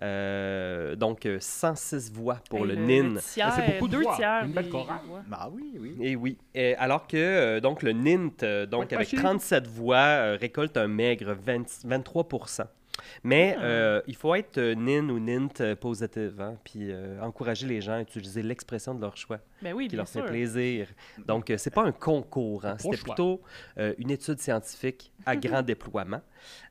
Euh, donc, euh, 106 voix pour
Hey,
le,
le-
NIN.
le tiers, C'est beaucoup de deux voix, tiers une belle des- chorale. des voix.
Ah oui, oui.
Et oui. Et alors que euh, donc le NINT, euh, donc
Pas
avec
facile.
37 voix, euh, récolte un maigre 20 23 mais
Ah.
euh, il faut être euh, NIN ou NINT euh, positive, hein, puis euh, encourager les gens à utiliser l'expression de leur choix
Ben oui,
qui
bien
leur fait
sûr.
plaisir. Donc, euh, c'est pas un concours, hein,
Au
c'était
choix.
plutôt euh, une étude scientifique à grand déploiement.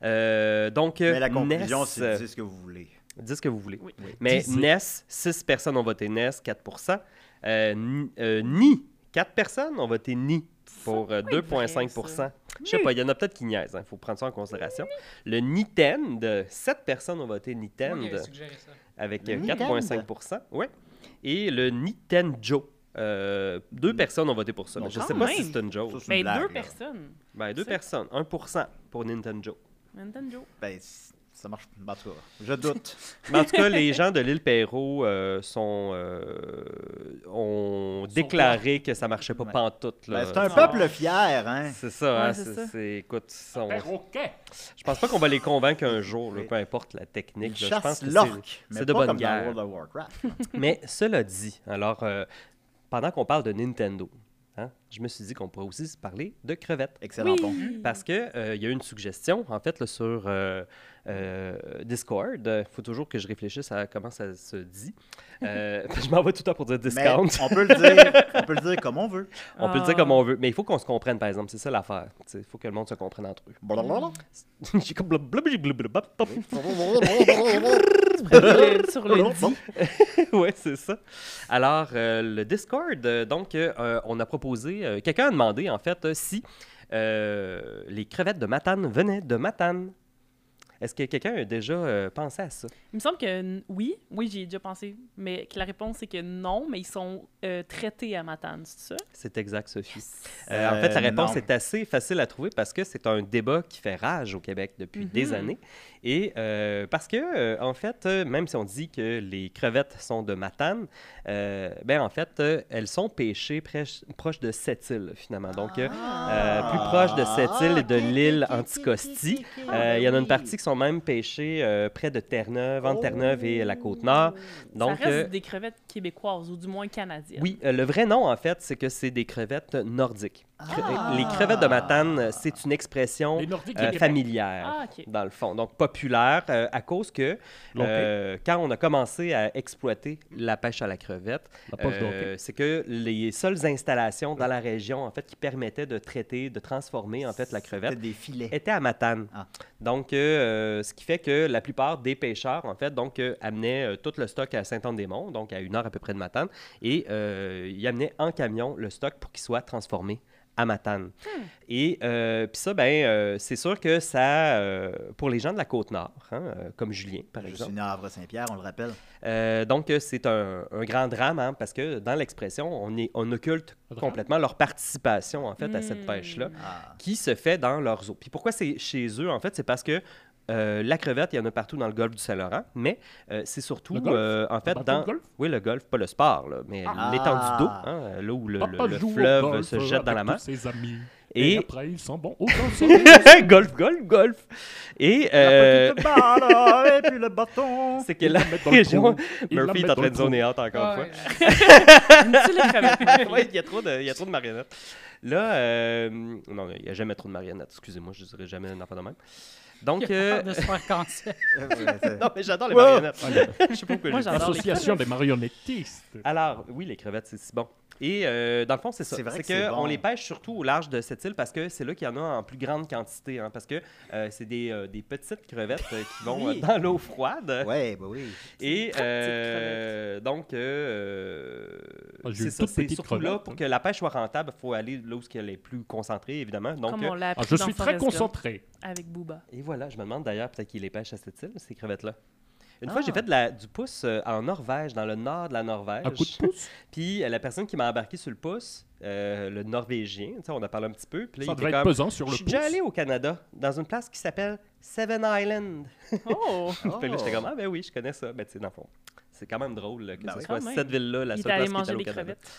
Euh, donc, euh,
Mais la conclusion,
NES,
c'est
euh,
de dire ce que vous voulez.
Dites ce que vous voulez.
Oui. Oui.
Mais
Disez.
NES, 6 personnes ont voté NES, 4 Euh, Ni, euh, Ni, 4 personnes ont voté Ni pour euh, 2,5 Je sais pas, il y en a peut-être qui niaisent, il faut prendre ça en considération. Le Nintendo, 7 personnes ont voté Nintendo
Moi qui avais suggéré ça.
avec
Le
euh,
Nintendo.
4,5 ouais. Et le Nintendo, euh, deux personnes ont voté pour ça. mais je
Quand
sais pas si
même.
c'est une joke.
Ben, deux personnes.
Ben, deux
C'est-
personnes, 1 pour Nintendo.
Nintendo.
Ben, c- ça marche. En tout cas, je doute.
Mais en tout cas, les gens de l'île Perrault euh, sont, euh, ont déclaré que ça marchait pas
Ouais.
pantoute. là.
Ben, c'est un peuple fier, hein?
C'est ça, hein,
Ouais, c'est
c'est
ça.
c'est- écoute, ils sont-
Perroquet.
je pense pas qu'on va les convaincre un jour, là, peu importe la technique.
Ils
là. je pense
chassent
que c'est-
l'orque, mais
c'est de
pas
bonne
comme dans
guerre.
World of Warcraft.
mais cela dit, alors, euh, pendant qu'on parle de Nintendo, hein, je me suis dit qu'on pourrait aussi se parler de crevettes.
Excellent Oui. pont.
Parce que euh, il y a eu une suggestion, en fait, là, sur euh, euh, Discord. Il faut toujours que je réfléchisse à comment ça se dit. Euh, je m'en vais tout le temps pour dire discount.
Mais on peut le dire- on peut le dire comme on veut.
On peut le
Ah.
dire comme on veut. Mais il faut qu'on se comprenne, par exemple. C'est ça l'affaire. Il faut que le monde se comprenne entre eux.
Blablabla.
J'ai comme blablabla, j'ai blablabla, pop.
Sur le dit.
ouais, c'est ça. Alors, euh, le Discord, euh, donc, euh, euh, on a proposé, euh, quelqu'un a demandé, en fait, euh, si euh, les crevettes de Matane venaient de Matane. Est-ce que quelqu'un a déjà euh, pensé à ça?
Il me semble que n- oui, oui, j'y ai déjà pensé, mais que la réponse c'est que non, mais ils sont euh, traités à Matane, c'est ça?
C'est exact, Sophie. Euh, en fait, la
Euh,
réponse
non.
est assez facile à trouver parce que c'est un débat qui fait rage au Québec depuis
Mhm.
des années. Et euh, parce que, euh, en fait, euh, même si on dit que les crevettes sont de Matane, euh, ben en fait, euh, elles sont pêchées prêche- proches de cette île, finalement. Donc, euh, euh,
Ah.
plus proche de cette île et de l'île Anticosti. Euh, Il y en
Ah,
a une partie qui sont même pêchées euh, près de Terre-Neuve, entre Terre-Neuve et la Côte-Nord.
Oh. ça
Donc,
reste
euh,
des crevettes québécoises ou du moins canadiennes.
oui, euh, le vrai nom, en fait, c'est que c'est des crevettes nordiques.
Ah.
Cre- Les crevettes de Matane, euh, c'est une expression
Les Nordiques
euh,
et Québec.
familière,
Ah, ok.
dans le fond. Donc, populaire, euh, à cause que euh, quand on a commencé à exploiter la pêche à la crevette,
poche
euh, c'est que les seules installations dans la région, en fait, qui permettaient de traiter, de transformer, en fait, la crevette,
des filets. Ah.
étaient à Matane. Donc, euh, euh, ce qui fait que la plupart des pêcheurs, en fait, donc, euh, amenaient euh, tout le stock à Saint-Anne-des-Monts, donc à une heure à peu près de Matane, et euh, ils amenaient en camion le stock pour qu'il soit transformé à Matane. Et euh, puis ça, ben, euh, c'est sûr que ça, euh, pour les gens de la Côte-Nord, hein, euh, comme Julien, par
Je
exemple,
suis né à Havre-Saint-Pierre, on le rappelle.
euh, donc, euh, c'est un, un grand drame, hein, parce que dans l'expression, on, est- on occulte complètement leur participation, en fait, à cette pêche-là, qui se fait dans leurs eaux. Puis pourquoi c'est chez eux, en fait, c'est parce que euh, la crevette, il y en a partout dans le golfe du Saint-Laurent, mais euh, c'est surtout,
Le golfe?
euh, en fait,
Le bateau
dans...
de golf?
Oui, le golfe, pas le sport, là, mais
Ah.
l'étendue d'eau, hein, là où le, le-
Papa
le
joue au
fleuve
golf
se jette dans
avec
la mer.
tous ses amis.
Et-
Et, après, ils sont bons au golf.
golf, golf, golf. Et euh,
balle, et puis le bâton.
c'est que la
mettent dans le
région
trou. Ils la
Murphy est
mettent
en
dans
train
le
de
trou.
zoner out encore
Ouais.
une
Tu les
fois.
connais.
Ouais, Il y a trop de, il y a trop de marionnettes. Là, euh, non, il n'y a jamais trop de marionnettes. Excusez-moi, je dirais jamais un enfant de même. Donc,
Il a peur
euh,
de se faire cancer.
non, mais j'adore les
Wow.
marionnettes. je sais pas pourquoi
Moi, j'adore
j'ai dit ça.
les L'association crevettes. des marionnettistes.
Alors, oui, les crevettes, c'est si bon. Et euh, dans le fond, c'est ça.
C'est vrai
C'est
que c'est
qu'on
bon.
les pêche surtout au large de cette île parce que c'est là qu'il y en a en plus grande quantité. hein, parce que euh, c'est des, euh, des petites crevettes euh, qui vont euh,
Oui.
dans l'eau froide.
Ouais, bah oui.
Et euh, donc, euh,
Ah, j'ai
c'est
une
ça.
toute
C'est
petite
surtout là,
crevette,
hein.
pour que la pêche soit rentable, il faut aller là où elle est plus concentrée, évidemment. Donc,
Comme on
euh,
l'a appris Ah, je dans suis très Forrest Gump. concentré. Avec Booba.
Et voilà, je me demande d'ailleurs peut-être qu'il les pêche à cette île, ces crevettes-là. Une
Ah.
fois, j'ai fait de la- du pouce euh, en Norvège, dans le nord de la Norvège.
Un coup de pouce?
puis euh, la personne qui m'a embarqué sur le pouce, euh, le Norvégien, tu sais, on a parlé un petit peu. Puis là,
Ça
il
devait
était
être
comme,
pesant sur le
Je suis déjà
pouce.
allé au Canada, dans une place qui s'appelle Seven Island.
Oh!
Puis là, j'étais comme, ah ben oui, je connais ça. Ben, tu sais, dans le fond, C'est quand même drôle là, que
Ben
ce
oui.
soit
Quand même.
cette ville-là, la
Il est
seule place
allé
qui est
manger
allée au
des
Canada.
crevettes.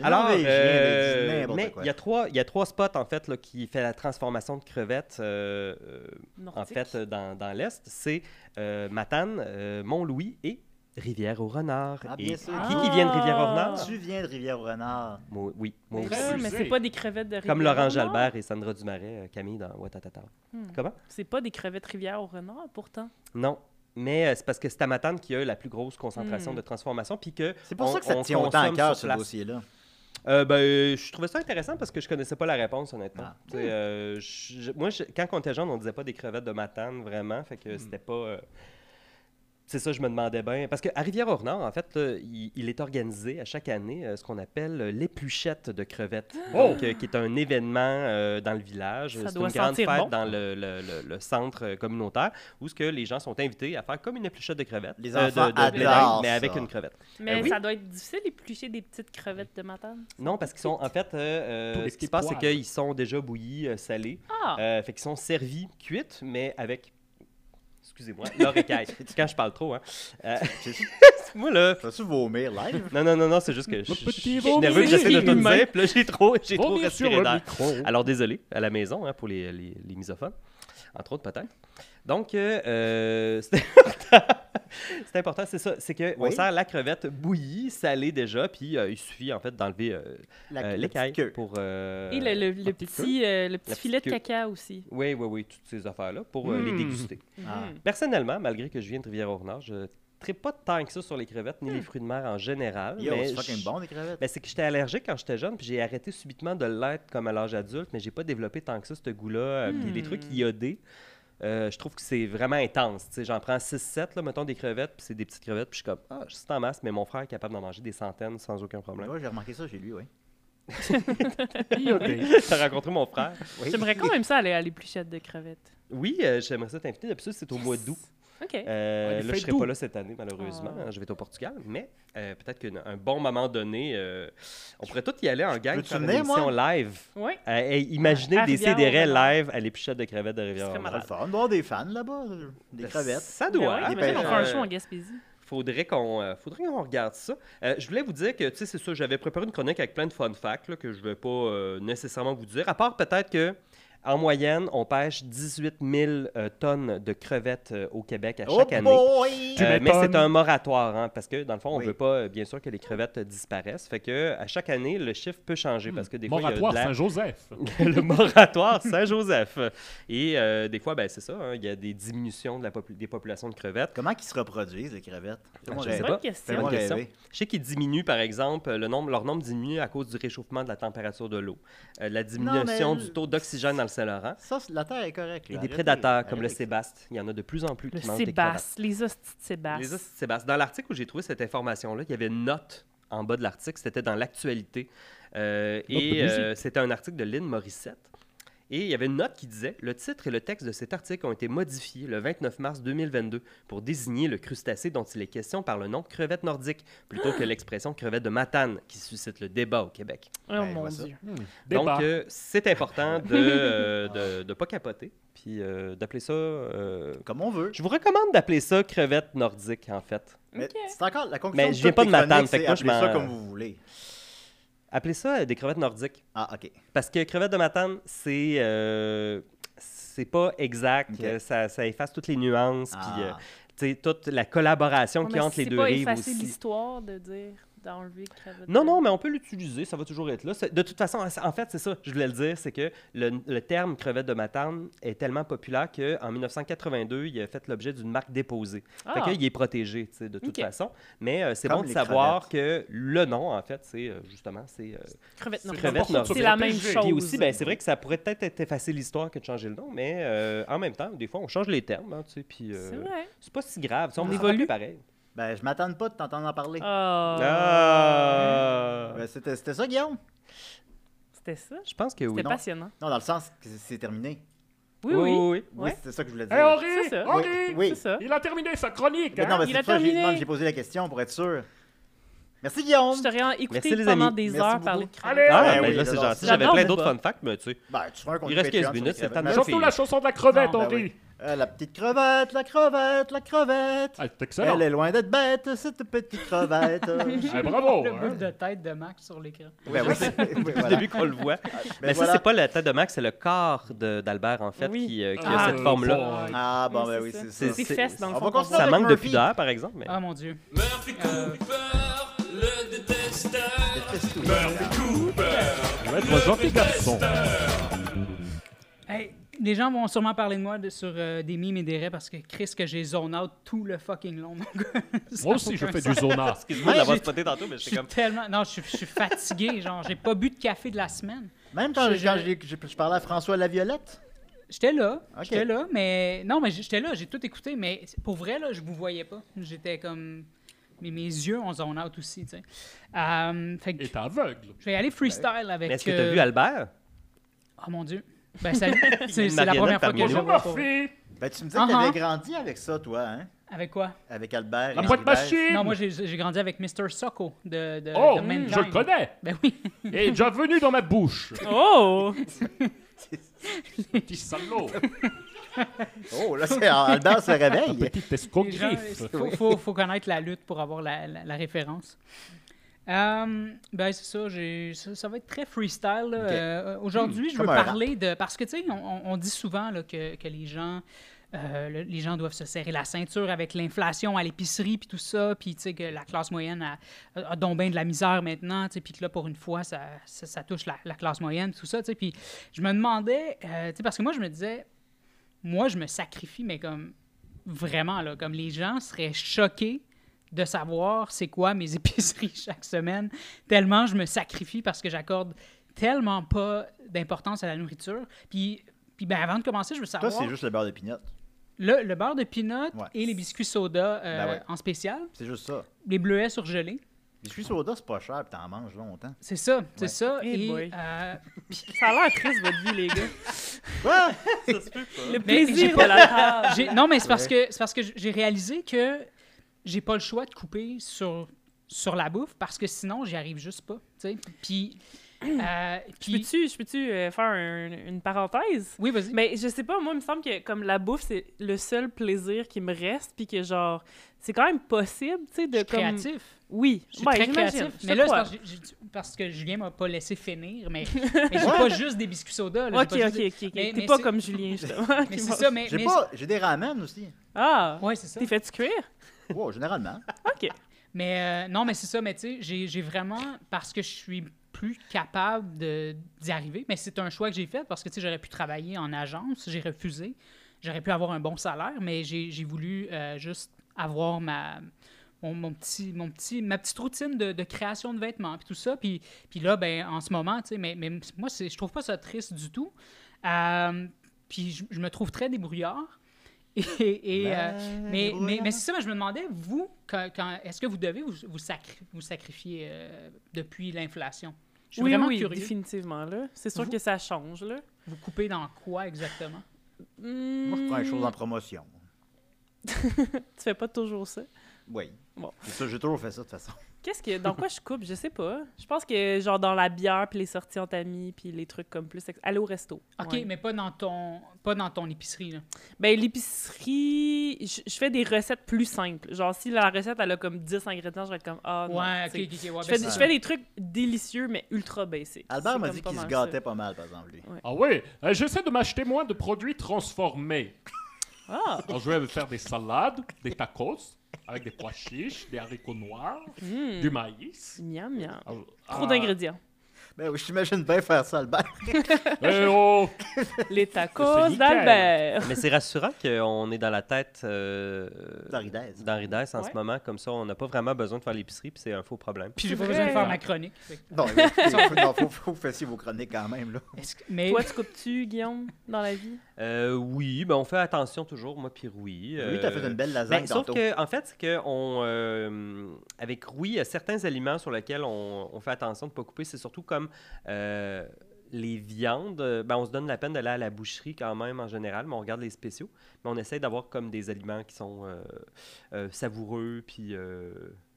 Alors,
Norvégien,
euh,
des Disney, n'importe
mais
quoi.
il y, a trois- il y a trois spots, en fait, là, qui fait la transformation de crevettes, euh, euh, en
Nordique.
fait, euh, dans, dans l'Est. C'est euh, Matane, euh, Mont-Louis et Rivière-au-Renard.
Ah,
Et
bien sûr.
Qui, qui vient de Rivière-au-Renard?
Ah, Tu viens de Rivière-au-Renard.
Moi- oui, moi
Mais
aussi.
là,
Ben mais c'est pas des crevettes de
Comme Laurent
Rivière-au-Renard?
Jalbert et Sandra Dumaret, euh, Camille dans Ouattatata.
Hmm.
Comment?
C'est pas des crevettes rivière au renard, pourtant.
Non. Mais euh, c'est parce que c'est à Matane qui a eu la plus grosse concentration
Hmm.
de transformation. Puis que
C'est pour
on-
ça que ça te
on
tient autant à
consomme
cœur,
sur
ce
place.
dossier-là.
Euh, ben, je trouvais ça intéressant parce que je connaissais pas la réponse, honnêtement.
Ah.
Tu sais, euh, je- je- moi, je- quand on était jeune, on disait pas des crevettes de Matane, vraiment. Fait
Hmm.
que c'était pas. euh, c'est ça, je me demandais bien. Parce qu'à Rivière-au-Renard, en fait, là, il, il est organisé à chaque année euh, ce qu'on appelle euh, l'épluchette de crevettes,
Oh!
donc, euh, qui est un événement euh, dans le village.
Ça
C'est une
doit
grande fête
sentir bon.
dans le, le- le- le centre euh, communautaire où ce que les gens sont invités à faire comme une épluchette de crevettes.
Les
euh, de-
enfants
de- de blé
adorent
d'Inde, mais
ça.
avec une crevette.
Mais
Euh, oui.
ça doit être difficile d'éplucher des petites crevettes de matane.
Non, parce qu'ils sont, en fait, euh,
Tous
euh,
les
ce qui
petits
se passe, c'est
poils.
qu'ils sont déjà bouillis, euh, salés.
Ah.
Euh, fait qu'ils sont servis, cuites, mais avec. Excusez-moi, leur écaille. Quand je parle trop, hein. Euh, Moi, là.
Vas-tu vomir live?
Non, non, non, non, c'est juste que je, je- je suis
vomi
nerveux que j'essaie de tout
humain.
dire. puis là, j'ai trop, j'ai trop
Vomir sur
respiré
le
d'air.
micro.
Alors, désolé, à la maison, hein, pour les, les, les misophones, entre autres, peut-être. Donc, euh, euh, c'est important. C'est important, c'est ça. C'est qu'on
Oui.
sert la crevette bouillie, salée déjà, puis euh, il suffit, en fait, d'enlever euh,
La- la
euh,
petite
l'écaille
queue.
pour... euh,
Et le, le- le
la petite
petit,
queue.
euh, le
La
petit
petite
filet de
queue.
caca aussi.
Oui, oui, oui, toutes ces affaires-là pour euh, les
Mm.
déguster.
Ah.
Personnellement, malgré que je viens de Rivière-au-Renard, je ne pas tant que ça sur les crevettes ni les fruits de mer en général.
Hmm. Yo,
mais
c'est fucking
je-
bon, des crevettes.
Ben, c'est que j'étais allergique quand j'étais jeune, puis j'ai arrêté subitement de l'être comme à l'âge adulte, mais j'ai pas développé tant que ça ce goût-là. Euh, Puis les
Hmm.
trucs iodés, euh, je trouve que c'est vraiment intense. Tu sais, J'en prends 6-7, là, mettons des crevettes, puis c'est des petites crevettes, puis je suis comme, ah, c'est en masse, mais mon frère est capable d'en manger des centaines sans aucun problème.
Ouais, j'ai remarqué ça chez lui, oui.
Iodé.
T'as rencontré mon frère. Oui.
J'aimerais quand même ça aller à l'épluchette de crevettes.
Oui, euh, j'aimerais ça t'inviter. D'habitude, c'est au mois d'août.
OK.
Euh,
Ouais, les
là, je
fêtes
serai
d'août.
pas là cette année, malheureusement.
Ah.
Je vais être au Portugal. Mais euh, peut-être qu'à un bon moment donné, euh, on pourrait tous y aller en gang.
peux-tu
faire une
venir, moi?
émission live.
Oui.
Euh, hey, imaginez
À
des
Rivière,
CDR
on va
live à l'épichette de crevettes de
C'est
rivière.
très malade. On doit avoir des fans là-bas, euh, des crevettes.
Ça doit. hein?
Ben oui, j'imagine, on fait un show en Gaspésie.
Faudrait qu'on euh, faudrait qu'on regarde ça. Euh, je voulais vous dire que, tu sais, c'est ça, j'avais préparé une chronique avec plein de fun facts là, que je ne vais pas euh, nécessairement vous dire, à part peut-être que. En moyenne, on pêche 18 000 euh, tonnes de crevettes euh, au Québec à
Oh
chaque année. Euh,
boy! Tu
mais
m'étonnes.
c'est un moratoire, hein, parce que dans le fond, on ne
Oui.
veut pas, euh, bien sûr, que les crevettes euh, disparaissent. Fait que à chaque année, le chiffre peut changer parce que des fois, il y a de
Moratoire
la-
Saint-Joseph.
le moratoire Saint-Joseph. Et euh, des fois, ben, c'est ça, hein, il y a des diminutions de la popu- des populations de crevettes. Ah,
Comment ils se reproduisent, les crevettes?
Je
Fais-moi
sais
rêver.
pas.
Fais-moi
Bonne question.
rêver.
Je sais qu'ils diminuent, par exemple, le nombre, leur nombre diminue à cause du réchauffement de la température de l'eau, euh, de la diminution
mais-
du taux d'oxygène dans le Saint-Laurent.
Ça, c'est- la terre est correcte.
Et
là.
des
Arrêtez,
prédateurs comme le
arrêtez.
sébaste. Il y en a de plus en plus
Le
qui mangent des crevettes.
sébaste, les hosties de sébaste.
Les os, c'est Sébastien. Dans l'article où j'ai trouvé cette information-là, il y avait une note en bas de l'article, c'était dans l'actualité. Euh,
Note de
et
musique.
euh, c'était un article de Lynn Morissette. Et il y avait une note qui disait Le titre et le texte de cet article ont été modifiés le 29 mars 2022 pour désigner le crustacé dont il est question par le nom crevette nordique, plutôt que l'expression crevette de matane, qui suscite le débat au Québec. Ben,
Oh Ouais, je mon vois ça. Dieu. Hmm. Débat.
Donc, euh, c'est important de euh, ne pas capoter, puis euh, d'appeler ça. euh,
Comme on veut.
Je vous recommande d'appeler ça crevette nordique, en fait.
Mais C'est encore la conclusion.
Mais
de
je viens
toutes
pas de
tes
Matane,
chroniques,
fait que
c'est
moi, je
appelez ça
m'en-
comme vous voulez.
Appelez ça euh, des crevettes nordiques.
Ah, OK.
Parce que crevettes de matane, c'est euh, c'est pas exact. Euh, Ça, ça efface toutes les nuances,
Ah.
puis euh, tu sais, toute la collaboration
Ouais,
qui
mais
entre les
c'est
deux
pas
rives
effacer
aussi.
l'histoire de dire d'enlever crevettes.
Non, non, mais on peut l'utiliser, ça va toujours être là. C'est- De toute façon, en fait, c'est ça, je voulais le dire, c'est que le, le terme crevette de matane est tellement populaire qu'en 1982, il a fait l'objet d'une marque déposée.
Ah.
Fait qu'il est protégé, tu sais, de toute
Ok.
façon. Mais euh, c'est
Comme
bon de
les
savoir que le nom, en fait, c'est euh, justement, c'est... euh,
Crevette nordique.
crevette
C'est la
nordique.
même
Puis
chose.
aussi, ben, c'est vrai que ça pourrait peut-être être effacé l'histoire que de changer le nom, mais euh, en même temps, des fois, on change les termes, hein, tu sais, puis... euh,
C'est vrai.
C'est pas si grave, tu sais, on
Ah.
évolue pareil.
Ben, je m'attends pas de t'entendre en
Oh.
parler.
Euh,
Ah.
Ben, c'était c'était ça, Guillaume?
C'était ça?
Je pense que oui.
C'était passionnant.
Non, dans le sens que c'est- c'est terminé.
Oui, oui.
Oui,
Ouais.
c'est ça que je voulais
Hé,
dire.
Eh, Henri! Henri!
Oui, oui.
Il a terminé sa chronique!
Eh ben Mais
hein?
non, mais c'est pour ça que j'ai- non, mais j'ai posé la question pour être sûr. Merci, Guillaume.
Je t'aurais écouté
Merci, les
pendant
amis.
des
Merci
heures
beaucoup.
parler de
Allez!
crêpes.
Ah,
Ben
ben
oui,
là, c'est
j'adore
gentil.
ça.
J'avais
J'adore
plein
le
d'autres
débat.
fun facts, mais tu sais.
Ben, tu feras un
Il reste 15 minutes, c'est le temps de
Surtout
finir.
la chanson de la crevette,
Ah,
on
ben oui.
dit.
Euh, la petite crevette, la crevette, la crevette.
Ah, c'est excellent.
Elle est loin d'être bête, cette petite crevette.
Eh, bravo!
Le
hein.
boule de tête de Max sur l'écran.
Ben oui, c'est- oui,
Depuis
voilà.
le début qu'on le voit. mais
voilà.
ça, c'est pas la tête de Max, c'est le corps de- d'Albert, en fait,
Oui.
qui, euh, qui
Ah,
a cette
le
forme-là.
boy.
Ah, bon, ben oui,
c'est
c'est
ça.
ça.
Ses fesses, dans le
On
fond,
va
qu'on
continuer
Ça
avec
manque de
Murphy.
pudeur, par exemple. Mais...
Ah mon dieu.
Murphy Cooper, le détesteur. Murphy
Je
Cooper,
vais être gentil garçon.
Hey, les gens vont sûrement parler de moi de- sur euh, des mimes et des raies parce que Chris, que j'ai zone out tout le fucking long. mon gars. Ça
Moi aussi,
n'a
je
aucun
fais
sens.
du zona.
Excuse-moi de
Ouais,
l'avoir
j'ai-
spoté tantôt,
Je
mais j'étais
suis
comme.
tellement. Non, je suis- je suis fatigué. Genre, j'ai pas bu de café de la semaine.
Même quand,
Je-
j'ai- quand
je-
j'ai- j'ai- je parlais à François Laviolette.
J'étais là.
Ok.
J'étais là, mais. Non, mais j'étais là, j'ai tout écouté, mais pour vrai, là, je vous voyais pas. J'étais comme. Mais mes yeux ont zone out aussi, tu sais. Euh, fait que
Et t'es aveugle.
je vais aller freestyle avec.
Mais est-ce que t'as
euh,
vu Albert?
Oh mon dieu. Ben, salut. C'est
une
c'est la première
marionnette
fois que
parmi
je
Bonjour,
nous.
vois. pour-
Murphy.
Ben, tu me disais que
Ah, ah.
t'avais grandi avec ça, toi, hein?
Avec quoi
Avec Albert.
La
et
boîte
Gilbert.
machine.
Non, moi, j'ai- j'ai grandi avec Mr. Socko de, de, de
Oh,
Mankind.
je le connais.
Ben oui.
Il est déjà venu dans ma bouche.
Oh!
Petit salaud.
Oh, là, c'est Albert se
Un
réveille.
petit
Les gens,
escogriffe.
euh, faut, faut, faut connaître la lutte pour avoir la, la- la référence. Euh, ben, c'est ça, j'ai- ça, ça va être très freestyle. là.
Ok. Hmm,
Euh, Aujourd'hui, je veux
Comme un rap.
parler de. Parce que, tu sais, on, on- on dit souvent là, que, que les gens. euh, le- les gens doivent se serrer la ceinture avec l'inflation à l'épicerie puis tout ça, puis tu sais que la classe moyenne a, a donc bien de la misère maintenant, tu sais, puis que là, pour une fois, ça, ça, ça touche la, la classe moyenne, tout ça, tu sais. Puis je me demandais, euh, tu sais, parce que moi, je me disais, moi, je me sacrifie, mais comme vraiment, là, comme les gens seraient choqués de savoir c'est quoi mes épiceries chaque semaine, tellement je me sacrifie parce que j'accorde tellement pas d'importance à la nourriture. Puis, puis ben, avant de commencer, je veux
Toi,
savoir
c'est juste le beurre de pinotte.
le, le beurre de peanut
Ouais.
et les biscuits soda euh,
Ben ouais.
en spécial,
C'est juste ça.
les bleuets surgelés.
Biscuits soda, c'est pas cher, puis t'en manges longtemps.
C'est ça, c'est ça.
Eh
et,
boy.
euh,
Ça a l'air triste, votre vie, les gars.
Quoi?
Le
Mais j'ai
plaisir
pas-
de la table.
J'ai- non, mais c'est parce que c'est parce que j'ai réalisé que j'ai pas le choix de couper sur sur la bouffe parce que sinon j'y arrive juste pas, tu sais. Puis euh,
Je
puis-
peux-tu, je peux-tu euh, faire un- une parenthèse?
oui, vas-y.
Mais je sais pas, moi, il me semble que comme la bouffe, c'est le seul plaisir qui me reste, puis que genre, c'est quand même possible, tu sais,
Je
de
suis
comme.
créatif.
Oui,
Je suis
ouais,
très
j'imagine,
créatif.
je
Mais
te
là, c'est
crois.
parce que, j'ai- j'ai- parce que Julien m'a pas laissé finir, mais, mais j'ai pas juste des biscuits soda. là, j'ai
Ok,
pas
ok,
juste des-
ok. ok.
Mais- mais
T'es pas
c'est-
comme Julien, justement.
Mais
qui
c'est
va-
ça, mais.
J'ai
mais-
pas... J'ai des ramen aussi.
Ah!
Ouais, c'est ça.
T'es fait-tu cuire?
Wow, généralement.
Ok.
Mais euh, non, mais c'est ça, mais tu sais, j'ai- j'ai vraiment, parce que je suis plus capable de- d'y arriver, mais c'est un choix que j'ai fait parce que tu sais, j'aurais pu travailler en agence, j'ai refusé, j'aurais pu avoir un bon salaire, mais j'ai j'ai voulu euh, juste avoir ma. Mon, mon petit, mon petit, ma petite routine de, de création de vêtements, puis tout ça. Puis, puis là, ben, en ce moment, tu sais, mais, mais moi, c'est- je trouve pas ça triste du tout. Euh, puis je, je me trouve très débrouillard. Et, et,
Ben,
euh, mais, mais, mais c'est ça, mais je me demandais, vous, quand, quand- est-ce que vous devez vous, vous, sacri- vous sacrifier euh, depuis l'inflation? Je suis
oui,
vraiment
oui,
curieux.
définitivement, là. C'est sûr
Vous-
que ça change, là.
Vous coupez dans quoi exactement?
Moi, je prends les choses
Hmm,
en promotion.
Tu fais pas toujours ça.
Oui.
Bon.
C'est ça, J'ai toujours fait ça, de toute façon.
Qu'est-ce que. Dans quoi je coupe? Je sais pas. Je pense que, genre, dans la bière, puis les sorties entre amis, puis les trucs comme plus. ex- Aller au resto.
OK,
ouais.
mais pas dans ton, pas dans ton épicerie. Là.
Ben, l'épicerie, je je fais des recettes plus simples. Genre, si la recette, elle a comme 10 ingrédients, je vais être comme, ah, non. tu
ouais,
sais.
OK, OK, OK. ouais, ben,
je, fais,
c'est
je
ça.
fais des trucs délicieux, mais ultra basic.
Albert
C'est
m'a
comme
dit
pas
qu'il se
mal
gâtait
ça.
pas mal, par exemple, lui.
Ah oui, euh, j'essaie de m'acheter moins de produits transformés.
Ah!
Alors, je vais me faire des salades, des tacos, avec des pois chiches, des haricots noirs,
Mm.
du maïs.
Miam, miam.
Alors,
Trop
ah,
d'ingrédients.
Ben oui, je t'imagine bien faire ça, Albert.
eh oh,
Les
C'est
tacos
nickel.
d'Albert.
Mais c'est rassurant qu'on est dans la tête euh,
D'Henri Dess.
d'Henri Dess en
Ouais.
ce moment. Comme ça, on n'a pas vraiment besoin de faire l'épicerie, puis c'est un faux problème.
Puis j'ai pas
C'est
besoin de
vrai.
faire ma chronique. fait que-
Non, mais écoutez, faut, non, faut, faut que vous fassiez vos chroniques quand même, là.
est-ce que- mais
Toi, tu coupes-tu, Guillaume, dans la vie?
Euh, oui, ben on fait attention toujours, moi puis Rui.
Oui, t'as fait
euh,
une belle lasagne
ben, sauf
tantôt.
que, en fait, c'est que on, euh, avec Rui, il y a certains aliments sur lesquels on, on fait attention de ne pas couper. C'est surtout comme euh, les viandes. Euh, Ben, on se donne la peine d'aller à la boucherie quand même en général, mais on regarde les spéciaux. Mais on essaie d'avoir comme des aliments qui sont euh, euh, savoureux, puis euh,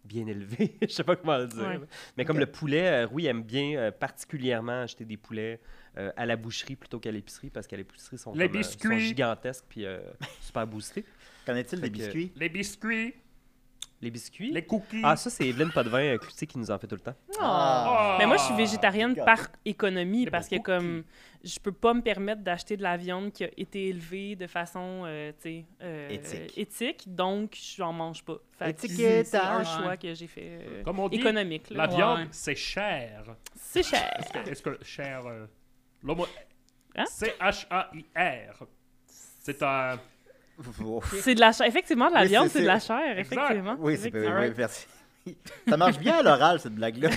bien élevé, je sais pas comment le dire.
Ouais.
Mais comme le poulet, euh, Rui aime bien euh, particulièrement acheter des poulets euh, à la boucherie plutôt qu'à l'épicerie parce qu'à l'épicerie, ils sont,
Les
comme, euh,
biscuits.
sont gigantesques puis euh, super boostés.
Qu'en est-il
Fait
des
que-
biscuits?
Les biscuits.
Les biscuits?
Les cookies.
Ah, ça, c'est Evelyne Podvin euh, Cloutier qui nous en fait tout le temps.
Ah.
Mais moi, je suis végétarienne
Gâté.
par
Eh
économie
ben,
parce que comme je peux pas me permettre d'acheter de la viande qui a été élevée de façon euh, tu sais, euh,
Éthique.
éthique, donc j'en mange pas. Fait que
Étiquette,
c'est un
hein.
choix que j'ai fait euh,
Comme on dit,
économique. là.
la
Ouais.
viande, c'est cher.
C'est cher. Hein?
Est-ce que, est-ce que cher... euh, l'homo- C-H-A-I-R. C'est un...
C'est de la chair. Effectivement, de la
Oui,
viande,
c'est-
c'est de la
c'est-
chair.
Exact.
Effectivement.
Oui, c'est oui,
Effectivement.
oui, merci. Ça marche bien à l'oral, cette blague-là.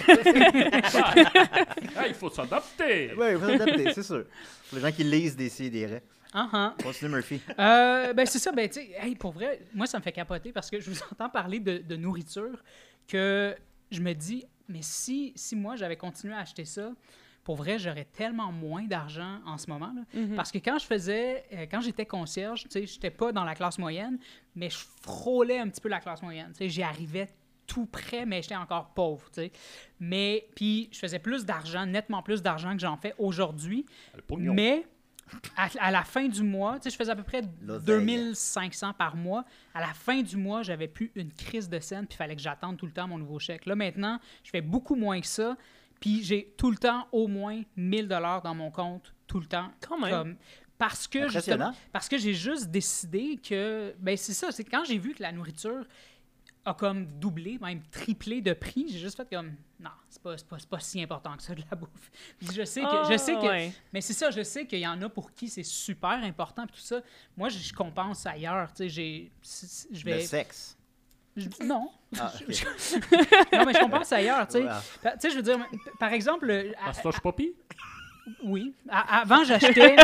Ah, il faut s'adapter.
Oui, il faut s'adapter, c'est sûr. Pour les gens qui lisent des si et des raies.
Ah, ah.
Continue, Murphy.
Euh, ben c'est ça, ben tu sais, hey, pour vrai, moi ça me fait capoter parce que je vous entends parler de, de nourriture que je me dis, mais si, si moi j'avais continué à acheter ça, pour vrai, j'aurais tellement moins d'argent en ce moment. là.
Mhm.
Parce que quand je faisais, euh, quand j'étais concierge, tu sais, j'étais pas dans la classe moyenne, mais je frôlais un petit peu la classe moyenne. Tu sais, j'y arrivais tout près, mais j'étais encore pauvre, tu sais. Mais, puis je faisais plus d'argent, nettement plus d'argent que j'en fais aujourd'hui.
pognon.
Mais à, à la fin du mois, tu sais, je faisais à peu près
L'oseille.
2500 par mois. À la fin du mois, j'avais plus une crise de scène, puis il fallait que j'attende tout le temps mon nouveau chèque. Là, maintenant, je fais beaucoup moins que ça, puis j'ai tout le temps au moins 1000 dollars dans mon compte, tout le temps.
Quand même.
parce que,
Impressionnant.
justement, parce que j'ai juste décidé que... Ben, c'est ça, c'est quand j'ai vu que la nourriture a comme doublé, même triplé de prix, j'ai juste fait comme... Non, c'est pas, c'est pas, c'est pas si important que ça, de la bouffe. Puis je sais que... je
Ah,
sais que
ouais.
mais c'est ça, je sais qu'il y en a pour qui c'est super important puis tout ça. Moi, je je compense ailleurs, tu sais, j'ai si- si- je
Le
vais
sexe.
je- non.
Ah, ok.
non, mais je compense ailleurs, tu sais.
Wow.
Pa- Tu sais, je veux dire p- par exemple euh, à-
Pastoche Poppy?
oui, A- avant j'achetais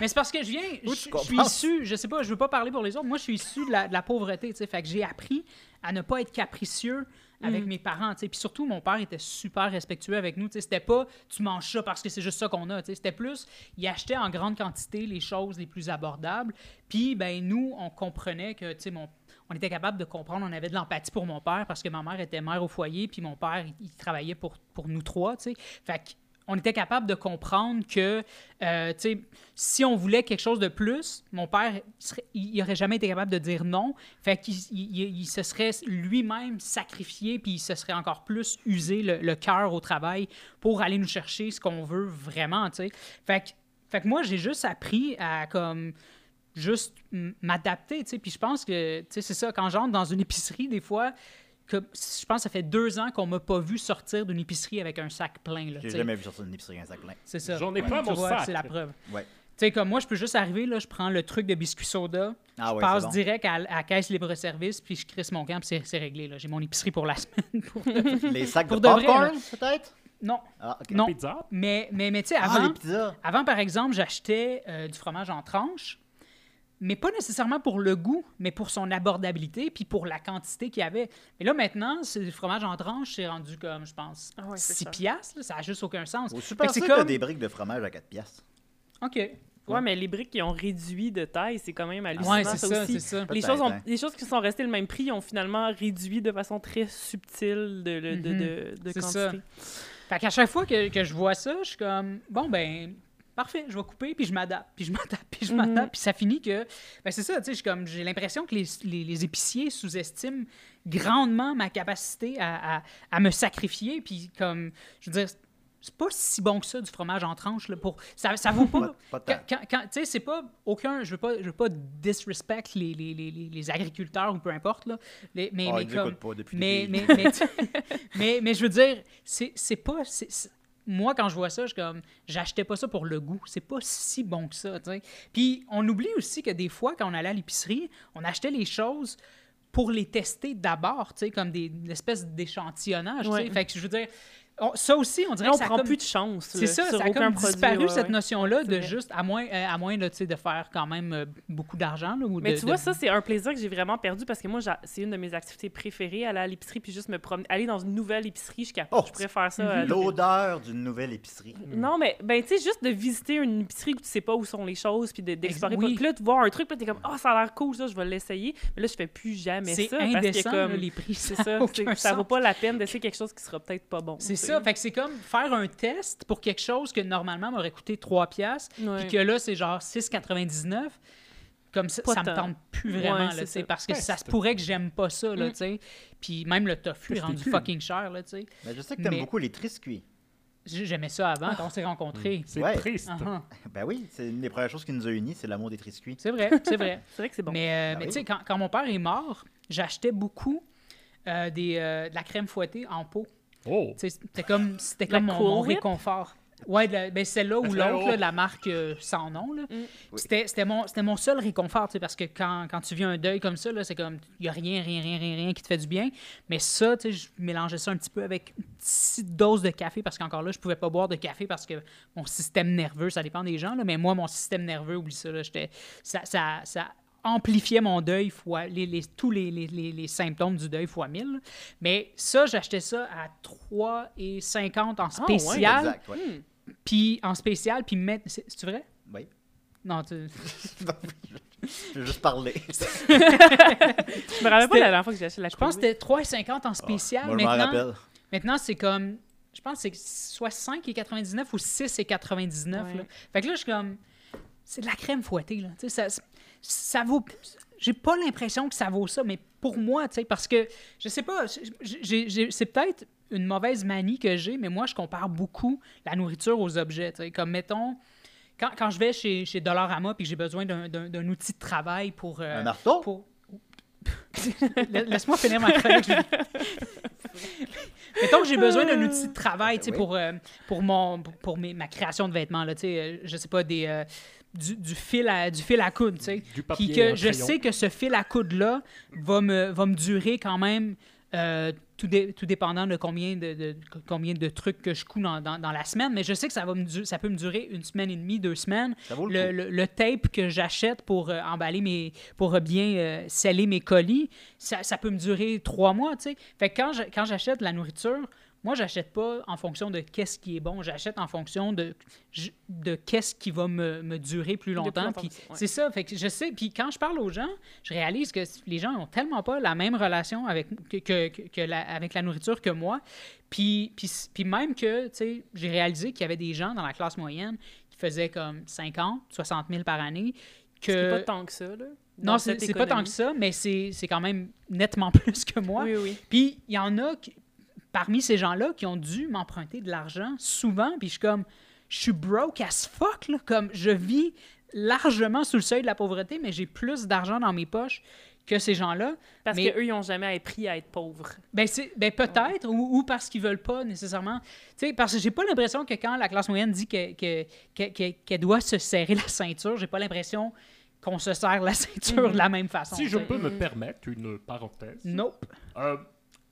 Mais c'est parce que je viens, je, je suis
compenses?
issu, je sais pas, je veux pas parler pour les autres, moi je suis issu de la, de la pauvreté, tu sais, fait que j'ai appris à ne pas être capricieux avec mes parents, tu sais, puis surtout mon père était super respectueux avec nous, tu sais, c'était pas tu manges ça parce que c'est juste ça qu'on a, tu sais, c'était plus il achetait en grande quantité les choses les plus abordables, puis ben nous on comprenait que tu sais mon on était capable de comprendre, on avait de l'empathie pour mon père parce que ma mère était mère au foyer, puis mon père, il, il travaillait pour, pour nous trois, tu sais. Fait que on était capable de comprendre que, euh, tu sais, si on voulait quelque chose de plus, mon père, serait- il n'aurait jamais été capable de dire non. Fait qu'il il- il- il se serait lui-même sacrifié, puis il se serait encore plus usé le, le cœur au travail pour aller nous chercher ce qu'on veut vraiment, tu sais. Fait que, fait que moi, j'ai juste appris à, comme, juste m- m'adapter, tu sais. Puis je pense que, tu sais, c'est ça, quand j'entre dans une épicerie, des fois... Que, je pense que ça fait deux ans qu'on m'a pas vu sortir d'une épicerie avec un sac plein. Là,
J'ai
tu sais.
jamais vu sortir d'une épicerie un sac plein.
C'est ça.
J'en ai plein,
Tu
mon
vois,
sac.
C'est la preuve.
Ouais.
Tu sais, comme moi, je peux juste arriver, là, je prends le truc de biscuit soda,
Ah
je
ouais,
passe
c'est bon.
direct à, à caisse libre-service, puis je crisse mon camp, puis c'est- c'est réglé. là. J'ai mon épicerie pour la semaine. Pour de-
Les sacs
Pour
de
de vrai,
popcorn,
là.
peut-être?
non.
Ah, ok.
Non.
Pizza?
Mais, mais, mais tu sais,
Ah,
avant,
les pizzas.
avant, par exemple, j'achetais euh, du fromage en tranches, mais pas nécessairement pour le goût, mais pour son abordabilité, puis pour la quantité qu'il y avait. Mais là, maintenant, c'est du fromage en tranches, c'est rendu comme, je pense,
Ah ouais, c'est
6
ça.
piastres. là. Ça n'a juste aucun sens.
Au
Fait
super
que c'est
Sucre, t'as
comme...
des briques de fromage à 4 piastres.
OK.
Ouais, mais les briques qui ont réduit de taille, c'est quand même hallucinant.
Ouais, c'est ça,
aussi.
c'est ça.
Les
Peut-être,
choses, ont-
hein.
les choses qui sont restées le même prix ont finalement réduit de façon très subtile de, de, de-
Mhm.
de- de
C'est
quantité.
ça. Fait qu'à chaque fois que, que je vois ça, je suis comme, bon, ben, parfait, je vais couper, puis je m'adapte, puis je m'adapte, puis je m'adapte, puis ça finit que. Ben, c'est ça, tu sais, je suis comme, j'ai l'impression que les, les- les épiciers sous-estiment grandement ma capacité à, à- à me sacrifier, puis comme, je veux dire, c'est pas si bon que ça du fromage en tranche, là, pour. Ça, ça vaut pas. Quand-
Pas tant.
quand- quand- tu sais, c'est pas aucun. Je veux pas, je veux pas disrespect les, les, les, les- les agriculteurs ou peu importe, là. Les- mais,
Ah,
mais
ils nous
comme-
écoutent pas depuis le
mais,
début.
mais, mais, mais, mais je veux dire, c'est c'est pas. c'est- c'est- moi, quand je vois ça, je suis comme, j'achetais pas ça pour le goût. C'est pas si bon que ça, tu sais. Puis on oublie aussi que des fois, quand on allait à l'épicerie, on achetait les choses pour les tester d'abord, tu sais, comme des, une espèce d'échantillonnage, tu sais.
Ouais.
Fait que je veux dire, on- ça aussi, on dirait
Là, on
que ça a
prend
comme-
plus de chance,
C'est
là,
ça,
sur
ça a
aucun
comme
produit,
disparu
ouais,
cette
ouais.
notion-là de
vrai.
juste, à moins, euh, à moins là, tu sais, de faire quand même euh, beaucoup d'argent. là, ou
Mais
de-
tu
de-
vois, ça, c'est un plaisir que j'ai vraiment perdu parce que moi, j'a- c'est une de mes activités préférées, aller à l'épicerie puis juste me promener, aller dans une nouvelle épicerie, je
Oh,
capote. je préfère ça. à-
L'odeur d'une nouvelle épicerie.
Mm. Hmm.
Non, mais ben, tu sais, juste de visiter une épicerie où tu sais pas où sont les choses, puis de- d'explorer.
oui.
Puis là, tu vois un truc, puis là, t'es comme, ah, ça a l'air cool, ça, je vais l'essayer. Mais là, je fais plus jamais
C'est
ça. parce que
indécent,
comme,
là, les prix,
C'est
ça
ça,
a
c'est-
aucun
ça vaut
sens.
pas la peine d'essayer quelque chose qui sera peut-être pas bon.
C'est
tu sais.
ça. Fait que c'est comme faire un test pour quelque chose que normalement m'aurait coûté 3 piastres,
Ouais.
puis que là, c'est genre 6,99. Comme ça,
Pas
ça me
tant.
tente plus
Ouais,
vraiment, là,
c'est
tu sais,
ça.
parce que
Ben,
Ouais,
ça se
c'est-
pourrait que j'aime pas ça, là,
Mm.
tu sais. Puis même le tofu est
Plus
rendu
t'es cul.
fucking cher, là, tu sais.
Ben, je sais que t'aimes
Mais
beaucoup les triscuits.
j- J'aimais ça
Ah.
avant, quand on s'est
Mm.
rencontrés.
Mm. Ouais.
Uh-huh.
Ben oui, c'est une des premières choses qui nous a unis, c'est l'amour des triscuits.
C'est vrai, c'est vrai.
c'est vrai que c'est bon. Ben
Mais, euh,
Ah
mais
oui.
tu sais, quand, quand mon père est mort, j'achetais beaucoup euh, des, euh, de la crème fouettée en pot.
Oh!
Tu sais, C'était comme, c'était
La
comme mon,
Cool
mon
Whip?
réconfort. Ouais, de la- ben celle-là ou
Oh.
l'autre, là, de la marque euh, sans nom.
Mm.
là.
Mm.
C'était c'était mon, c'était mon seul réconfort, tu sais, parce que quand, quand tu vis un deuil comme ça, là, c'est comme, il n'y a rien, rien, rien, rien, rien qui te fait du bien. Mais ça, tu sais, je mélangeais ça un petit peu avec une petite dose de café, parce qu'encore là, je pouvais pas boire de café parce que mon système nerveux, ça dépend des gens, là, mais moi, mon système nerveux, oublie ça, là, j'étais- ça, ça, ça amplifiait mon deuil, fois, les, les- tous les, les- les- les symptômes du deuil fois 1000. là. Mais ça, j'achetais ça à 3,50 en
ouais,
spécial.
exact, Ah ouais.
Puis en spécial, puis mettre. C'est c'est-tu vrai?
Oui.
Non, tu.
Je veux juste parler.
Je me rappelle pas
C'était-
la dernière fois que j'ai acheté la
Je pense que c'était 3,50 en spécial.
Ah, moi, je m'en
maintenant,
rappelle.
maintenant c'est comme. Je pense que c'est soit 5,99 ou 6,99. là.
Ouais.
Fait que là, je suis comme. C'est de la crème fouettée, là. Tu sais, ça, ça vaut. J'ai pas l'impression que ça vaut ça, mais pour moi, tu sais, parce que je sais pas, j'ai- j'ai- j'ai- c'est peut-être une mauvaise manie que j'ai, mais moi, je compare beaucoup la nourriture aux objets. tu sais. Comme, mettons, quand, quand je vais chez, chez Dollarama puis que j'ai besoin d'un- d'un d'un outil de travail pour. euh,
Un marteau?
pour- La- Laisse-moi finir ma chronique. je- Mettons que j'ai besoin d'un outil de travail tu sais,
Ah, ben oui.
pour, euh, pour, mon, pour, pour mes- ma création de vêtements. Là, tu sais, euh, je sais pas, des, euh, du, du fil à, du fil à coude. tu sais. Puis
Du papier,
que
un
je
crayon.
sais que ce fil à coude-là va me, va me durer quand même, euh, tout, dé- tout dépendant de combien de, de- combien de trucs que je couds dans, dans- dans la semaine, mais je sais que ça, va me du- ça peut me durer une semaine et demie, deux semaines.
Ça vaut le coup.
le, le tape que j'achète pour euh, emballer mes... pour euh, bien euh, sceller mes colis, ça, ça peut me durer trois mois, tu sais. Fait que quand je- quand j'achète de la nourriture, moi, j'achète pas en fonction de qu'est-ce qui est bon, j'achète en fonction de, j- de qu'est-ce qui va me, me durer plus
plus
longtemps.
longtemps
Puis
possible, ouais.
c'est ça, fait que je sais. Puis quand je parle aux gens, je réalise que les gens ont tellement pas la même relation avec que, que- que- que la, avec la nourriture que moi. Puis, puis, puis même que, tu sais, j'ai réalisé qu'il y avait des gens dans la classe moyenne qui faisaient comme 50, 60 000 par année.
Ce qui est
Que...
pas tant que ça, là. dans
non, c'est
cette
c'est pas tant
économie.
que ça, mais c'est c'est quand même nettement plus que moi.
Oui, oui.
Puis il y en a qui- parmi ces gens-là qui ont dû m'emprunter de l'argent souvent, puis je suis comme, je suis broke as fuck, là, comme je vis largement sous le seuil de la pauvreté, mais j'ai plus d'argent dans mes poches que ces gens-là.
Parce
Mais-
qu'eux, ils ont jamais appris à être pauvres.
Ben, c'est- ben peut-être, ou, ou parce qu'ils veulent pas nécessairement. Tu sais, parce que j'ai pas l'impression que quand la classe moyenne dit que- que- que- que- qu'elle doit se serrer la ceinture, j'ai pas l'impression qu'on se serre la
Mm-hmm.
ceinture de la même façon.
Si je
tu sais.
peux me permettre une parenthèse.
Nope.
Euh,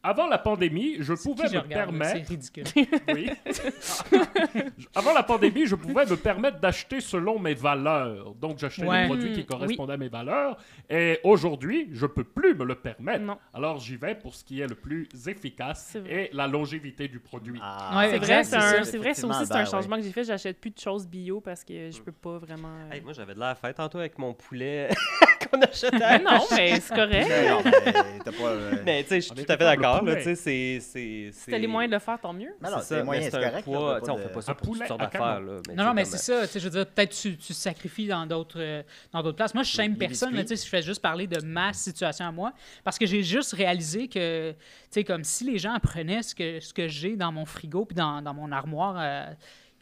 avant la pandémie, je
Qui
pouvais
je
me
regarde, là?
permettre.
C'est ridicule.
Oui. Avant la pandémie, je pouvais me permettre d'acheter selon mes valeurs. Donc, j'achetais
Ouais.
des produits
Mm,
qui correspondaient à mes valeurs. Et aujourd'hui, je peux plus me le permettre.
Non.
Alors, j'y vais pour ce qui est le plus efficace
C'est vrai.
et la longévité du produit.
Ah,
Ouais,
C'est
exact,
vrai,
c'est
c'est un-
ça.
c'est vrai, ça
Effectivement,
aussi, c'est
ben
un
oui.
changement que j'ai fait. J'achète plus de choses bio parce que je peux pas vraiment. euh,
Hey, moi, j'avais de la fête tantôt avec mon poulet qu'on achetait à
Ben non, mais c'est correct.
Non, mais t'as pas. euh,
Mais tu sais, je suis
On est
tout à fait
capable de
d'accord. là,
poulet.
Tu sais, c'est. c'est-
Si t'as les moyens de le faire, tant mieux.
mais non,
C'est ça,
c'est moyen,
mais
c'est
c'est un
correct.
poids.
là,
tu sais, on
de-
fait pas ça
Un
pour toutes
poulet
sortes
à
d'affaires. là, tu
Non,
sais,
non, mais
comme, euh,
c'est ça. tu sais, Je veux dire, peut-être tu, tu te sacrifies dans d'autres euh, dans d'autres places. Moi, je
Les-
shame
les
personne. là,
biscuits.
tu sais, si je fais juste parler de ma situation à moi, parce que j'ai juste réalisé que, tu sais, comme si les gens apprenaient ce que, ce que j'ai dans mon frigo puis dans, dans mon armoire, euh,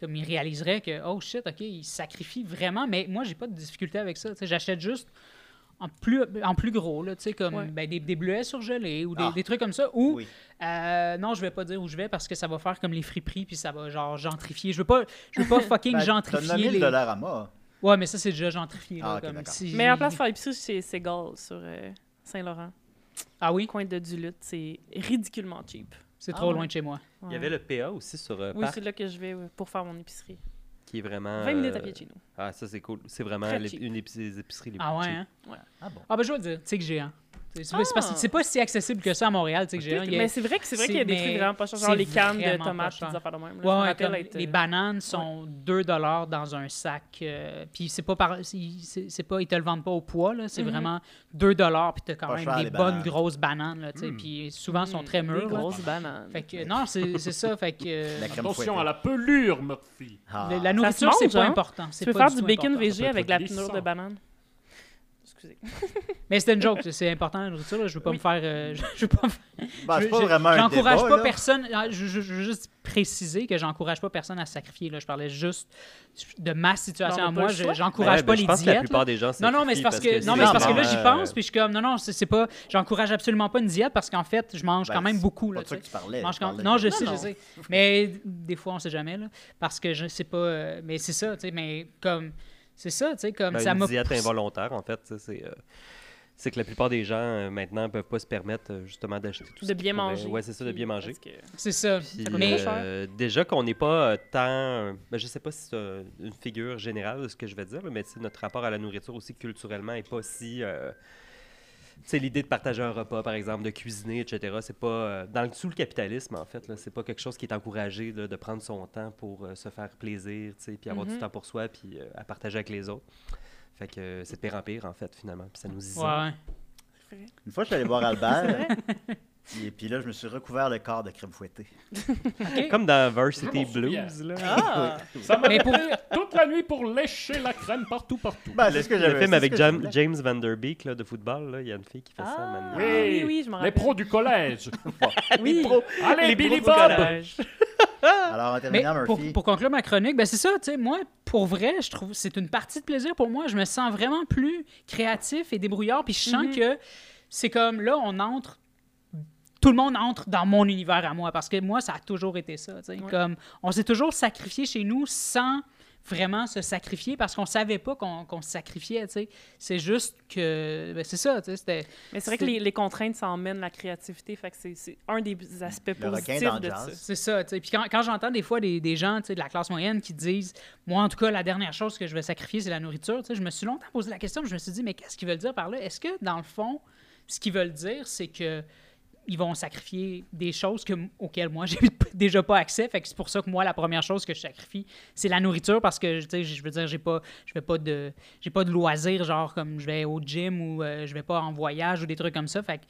comme ils réaliseraient que, oh shit, OK, ils sacrifient vraiment. Mais moi, j'ai pas de difficulté avec ça. tu sais, J'achète juste en plus, en plus gros, là, tu sais, comme
Ouais.
ben, des, des bleuets surgelés ou des,
Ah.
des trucs comme ça. Ou,
Oui.
euh, non, je vais pas dire où je vais parce que ça va faire comme les friperies puis ça va genre gentrifier. Je veux pas, je veux pas fucking
Ben, T'as
gentrifier.
9000
Les...
dollars à moi.
Ouais, mais ça, c'est déjà gentrifié. là,
Ah, ok,
comme
d'accord.
si-
Meilleure place pour faire l'épicerie, c'est Segal sur euh, Saint-Laurent.
Ah oui,
Coin de Duluth, c'est ridiculement cheap.
C'est
Ah
trop
ouais.
loin de chez moi.
Il y avait le PA aussi sur euh,
Oui,
Parc,
c'est là que je vais oui, pour faire mon épicerie.
qui est vraiment.
20 minutes à
euh,
pied de chez nous.
Ah, ça, c'est cool. C'est vraiment
Très
l'ép-
cheap.
une des épiceries les plus
Ah ouais,
cheap.
hein?
Ah bon?
Ah ben je vais le dire, Tic Géant. C'est c'est pas, c'est parce
Ah!
que c'est pas si accessible que ça à Montréal, Tic Géant. Il y a-
Mais c'est vrai que- c'est vrai qu'il y a des
mais
trucs vraiment pas chers, genre
c'est
les cannes de
vraiment pas
tomates, puis
cher.
des affaires de même, là, je
Ouais,
me
ouais,
rappelle
comme
être,
Les
euh,
bananes sont 2 dollars dans un sac. euh, puis c'est pas par... c'est c'est- c'est pas ils te le vendent pas au poids là, c'est
Mhm.
vraiment 2 dollars puis t'as quand
Pas
même
cher,
des
les
bonnes
bananes.
grosses bananes là, tu
Hmm.
sais, puis souvent sont très
Hmm. Des
mûres. là.
grosses bananes.
Fait que non, c'est c'est ça, fait que euh,
Attention à la pelure, Murphy.
La- la nourriture,
mange,
c'est pas
hein?
important.
Tu
C'est
peux
pas
faire
du
du
tout
bacon
important.
VG
Ça peut
avec
être
la
glissant.
peinture de banane. Excusez.
Mais c'était une joke, c'est important la nourriture. là. Je veux pas me faire. euh, je, je veux pas me faire-
Ben, c'est
je-
pas
je-
vraiment un
J'encourage
débat,
pas
là.
personne. ah, Je, je- je veux juste préciser que j'encourage pas personne à se sacrifier. Là. Je parlais juste de ma situation
Non,
à
on a pas
moi.
le
Je-
choix.
J'encourage
Ouais, ben,
pas
je
les
pense que la
diètes.
plupart
là.
des gens
Non, non, mais c'est parce
sacrifient parce
que.
que
Non,
c'est
mais c'est parce que là,
vraiment,
j'y
euh,
pense. Puis je suis comme, non, non, c'est c'est pas. J'encourage absolument pas une diète parce qu'en fait, je mange
Ben,
quand même
c'est
beaucoup.
pas
Là,
de ça
tu
que tu
sais.
parlais,
Je mange
tu
quand-
parlais
Non,
de-
je
Non,
sais, je
non.
sais. Mais des fois, on sait jamais. là, Parce que je sais pas. euh, Mais c'est ça, tu sais. Mais comme. C'est ça, tu sais. Comme
Ben,
ça
une
m'a.
diète
poussé-
involontaire, en fait, ça, c'est... euh, c'est que la plupart des gens, euh, maintenant, peuvent pas se permettre, euh, justement, d'acheter tout
De
ce
bien
qu'ils pourraient.
manger.
Ouais, c'est ça, de
Puis,
bien manger.
parce que-
C'est ça.
Puis,
Ça coûte pas cher.
euh, déjà qu'on n'est pas euh, tant... ben, je sais pas si c'est euh, une figure générale de ce que je vais dire, là, mais tu sais, notre rapport à la nourriture aussi, culturellement, est pas si... euh, tu sais, l'idée de partager un repas, par exemple, de cuisiner, etc., c'est pas... euh, dans le, sous le capitalisme, en fait, là, c'est pas quelque chose qui est encouragé là, de prendre son temps pour euh, se faire plaisir, tu sais, puis avoir du
Mhm.
temps pour soi, puis euh, à partager avec les autres. Fait que euh, c'est de pire en pire, en fait, finalement. Puis ça nous isole.
Ouais, ouais.
Une fois, je suis allé voir Albert. Et puis là, je me suis recouvert le corps de crème fouettée.
Comme dans Varsity
Je m'en souviens.
Blues, là.
bah, Ah!
Oui.
Ça m'a
Mais
fait
pour-
rire toute la nuit pour lécher la crème partout, partout.
Ben,
le,
c'est ce que
le
j'avais-
film
c'est
avec
ce que je
Jam-
voulais.
James Van Der Beek là, de football, là, il y a une fille qui fait
Ah,
ça maintenant.
Oui, oui, je m'en Les rappelle. pros du collège.
Oui.
Allez,
Les
Billy
pros du
Bob!
collège.
Ah!
Alors, en
Mais
terminant,
pour,
Murphy.
pour conclure ma chronique, ben c'est ça, tu sais, moi, pour vrai, je trouve c'est une partie de plaisir pour moi. Je me sens vraiment plus créatif et débrouillard, puis je sens
Mhm.
que c'est comme là, on entre, tout le monde entre dans mon univers à moi, parce que moi, ça a toujours été ça, tu sais,
Ouais.
comme on s'est toujours sacrifié chez nous sans vraiment se sacrifier parce qu'on savait pas qu'on qu'on se sacrifiait, tu sais. C'est juste que, ben, c'est ça, tu sais, c'était...
Mais c'est vrai que les, les contraintes, ça emmène la créativité. Fait que c'est- c'est un des aspects positifs de ça.
C'est ça, tu sais. Puis quand, quand j'entends des fois des, des gens, tu sais, de la classe moyenne qui disent, moi, en tout cas, la dernière chose que je vais sacrifier, c'est la nourriture, tu sais, je me suis longtemps posé la question, puis je me suis dit, mais qu'est-ce qu'ils veulent dire par là? Est-ce que, dans le fond, ce qu'ils veulent dire, c'est que ils vont sacrifier des choses que, auxquelles moi, j'ai déjà pas accès. Fait que c'est pour ça que moi, la première chose que je sacrifie, c'est la nourriture parce que, tu sais, je veux dire, j'ai pas, je vais pas de, j'ai pas de loisirs, genre comme je vais au gym ou euh, je vais pas en voyage ou des trucs comme ça. Fait que,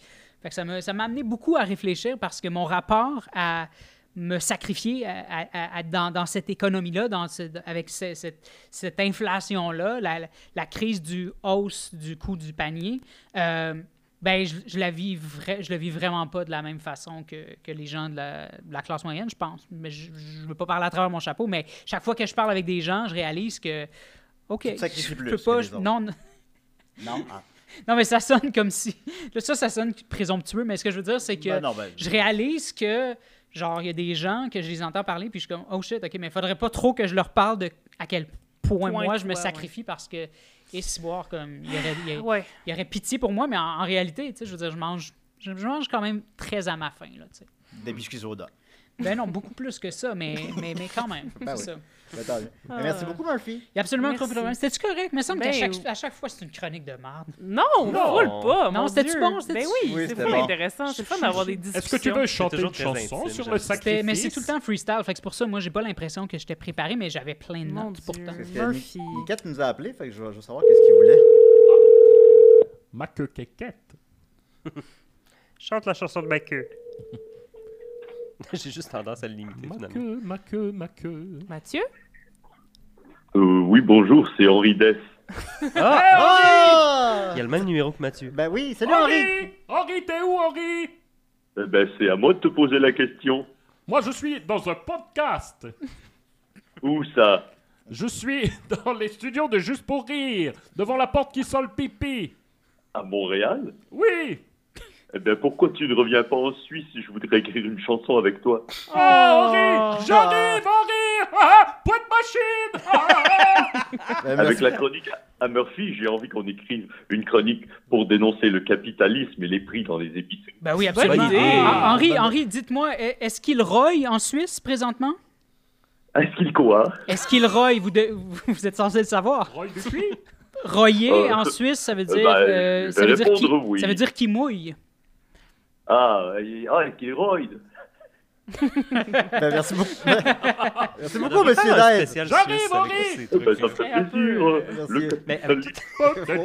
fait que ça m'a, ça m'a amené beaucoup à réfléchir parce que mon rapport à me sacrifier à- à- à- à- dans, dans cette économie-là, dans ce- avec ce- cette, cette inflation-là, la, la- la crise du hausse du coût du panier, euh, ben, je, je la vis vra- je le vis vraiment pas de la même façon que, que les gens de la, de la classe moyenne, je pense. Mais je, je veux pas parler à travers mon chapeau, mais chaque fois que je parle avec des gens, je réalise que, OK,
Tu te sacrifies
je
plus
peux
que
pas...
les
je-
autres.
non, non.
Non, ah.
Non, mais ça sonne comme si. Là, ça, ça sonne présomptueux, mais ce que je veux dire, c'est que
Ben non, ben-
je réalise que, genre, il y a des gens que je les entends parler, puis je suis comme, oh shit, ok, mais il faudrait pas trop que je leur parle de à quel point,
Point,
moi je me
toi,
sacrifie parce que. Et si voir, comme, il y aurait, il y a-
Ouais.
il y aurait pitié pour moi, mais en, en réalité, tu sais, je veux dire, je mange, je, je mange quand même très à ma faim, là, tu sais.
Des biscuits soda.
Ben non, beaucoup plus que ça, mais, mais, mais quand même.
Ben
c'est
oui.
ça.
Ben, tant mieux. Ben, Merci
Ah.
beaucoup, Murphy.
Il y a absolument
Merci.
aucun problème. C'était-tu correct? Mais il me semble
Ben,
qu'à chaque,
ou-
à chaque fois, c'est une chronique de merde.
Non,
Non.
on ne pas.
Non,
mon
c'était-tu
Dieu.
bon, c'était-tu-
Ben
Oui,
oui, c'est
c'était
pas
bon.
intéressant. C'est le fun d'avoir des discussions.
Est-ce que tu veux chanter une chanson sur
C'était-
le sacrifice?
Ben, Mais c'est tout le temps freestyle, fait que c'est pour ça, moi, j'ai pas l'impression que j'étais préparé, mais j'avais plein de
Mon
notes pourtant.
Parce que Nic- Niquette nous a appelé, fait que je vais, je vais savoir qu'est-ce qu'il voulait.
Ma queue quéquette.
Chante la chanson de ma queue. J'ai juste tendance à le limiter,
Ma
finalement.
queue, ma queue, ma queue.
Mathieu?
Euh, oui, bonjour, c'est Henri Dess.
Ah!
Il y a le même numéro que Mathieu.
Ben oui,
Eh, Henri! Henri, t'es où, Henri?
Eh ben, c'est à moi de te poser la question.
Moi, je suis dans un podcast.
Où ça
Je suis dans les studios de Juste pour rire, devant la porte qui sent le pipi.
À Montréal
Oui!
Eh ben, pourquoi tu ne reviens pas en Suisse Je voudrais écrire une chanson avec toi.
Oh, Henri! J'arrive, Henri! Ah, ah, point de machine! Ah, ah, ah.
avec, la chronique, à Murphy, j'ai envie qu'on écrive une chronique pour dénoncer le capitalisme et les prix dans les épiceries.
Ben oui, absolument.
Bonne idée.
Ah, Henri, Henri, dites-moi, e- est-ce qu'il roille en Suisse présentement?
Est-ce qu'il quoi
Est-ce qu'il roille? Vous, de- vous êtes censé le savoir. Roille
depuis?
Royer
Euh,
en Suisse, ça veut
euh,
dire,
ben,
euh,
je
ça, veut dire
répondre
qui,
oui.
ça veut dire qui mouille.
Ah, et- ah, qu'il roide.
Ben, merci beaucoup. merci
On
beaucoup,
devrait
Ah,
monsieur
faire un
Daid.
spécial J'arrive, Suisse avec Henri! tous ces
Eh,
trucs. Ben, ça me
Eh,
fait plaisir,
hein.
euh, le capitalisme.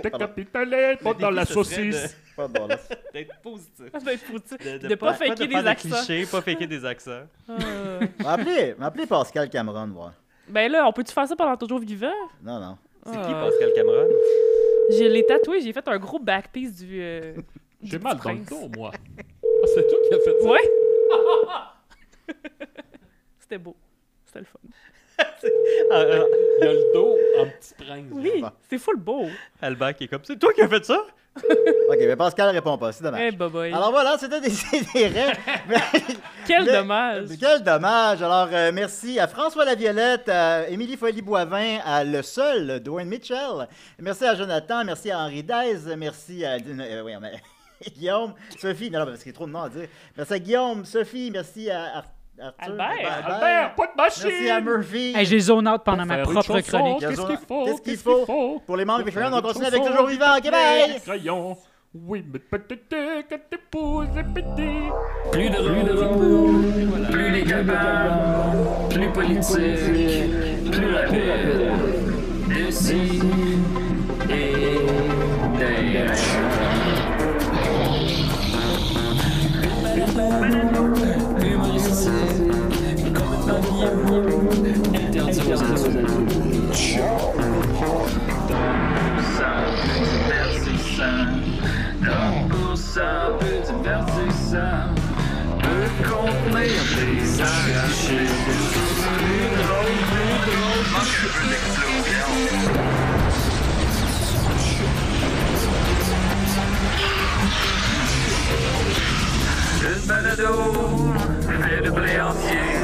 T'es capitalé, pas dans la saucisse.
D'être positif.
D'être positif.
De,
ben, De pas faker
de
des
faire de
accents.
clichés, pas faker des accents.
Euh,
M'appelez, m'appelez Pascal Cameron, voir.
Ben là, on peut-tu faire ça pendant toujours vivant?
Non, non.
C'est qui, Ah.
Pascal Cameron?
Je l'ai tatoué, j'ai fait un gros backpiece du. euh, du
J'ai mal
Petit
dans le
Prince.
dos, moi. Ah, c'est toi qui as fait ça?
Ouais. C'était beau. C'était le fun.
Ah,
Il a le dos en petit prince.
Oui, c'est full beau.
Alba qui est comme, c'est toi qui as fait ça?
OK, mais Pascal répond pas, c'est dommage.
Eh, bye bye.
Alors voilà, c'était des idées.
Quel
Mais-
dommage.
Quel dommage. Alors, euh, merci à François Laviolette, à Émilie Folie-Boivin, à Le Seul, Dwayne Mitchell. Merci à Jonathan, merci à Henri Daise, merci à... euh, oui, mais- Guillaume, Sophie, non, non, parce qu'il y a trop de noms à dire. Merci à Guillaume, Sophie, merci à Ar- Arthur.
Albert, Albert, pas de machine!
Merci à Murphy.
Hey, j'ai zone out pendant ma
Faire une
propre
chanson,
chronique.
Qu'est-ce qu'il faut?
Qu'est-ce qu'il faut? Pour les membres Patreon, on continue avec Toujours Vivant. OK, bye!
Crayon. Oui, mais peut-être que tes pouces est pété.
Plus de route, plus les cabanes, plus politique, plus rapide. De ci et d'ailleurs. Humoristique, comme un interdit aux adultes. Le balado fait le blé entier.
Ah,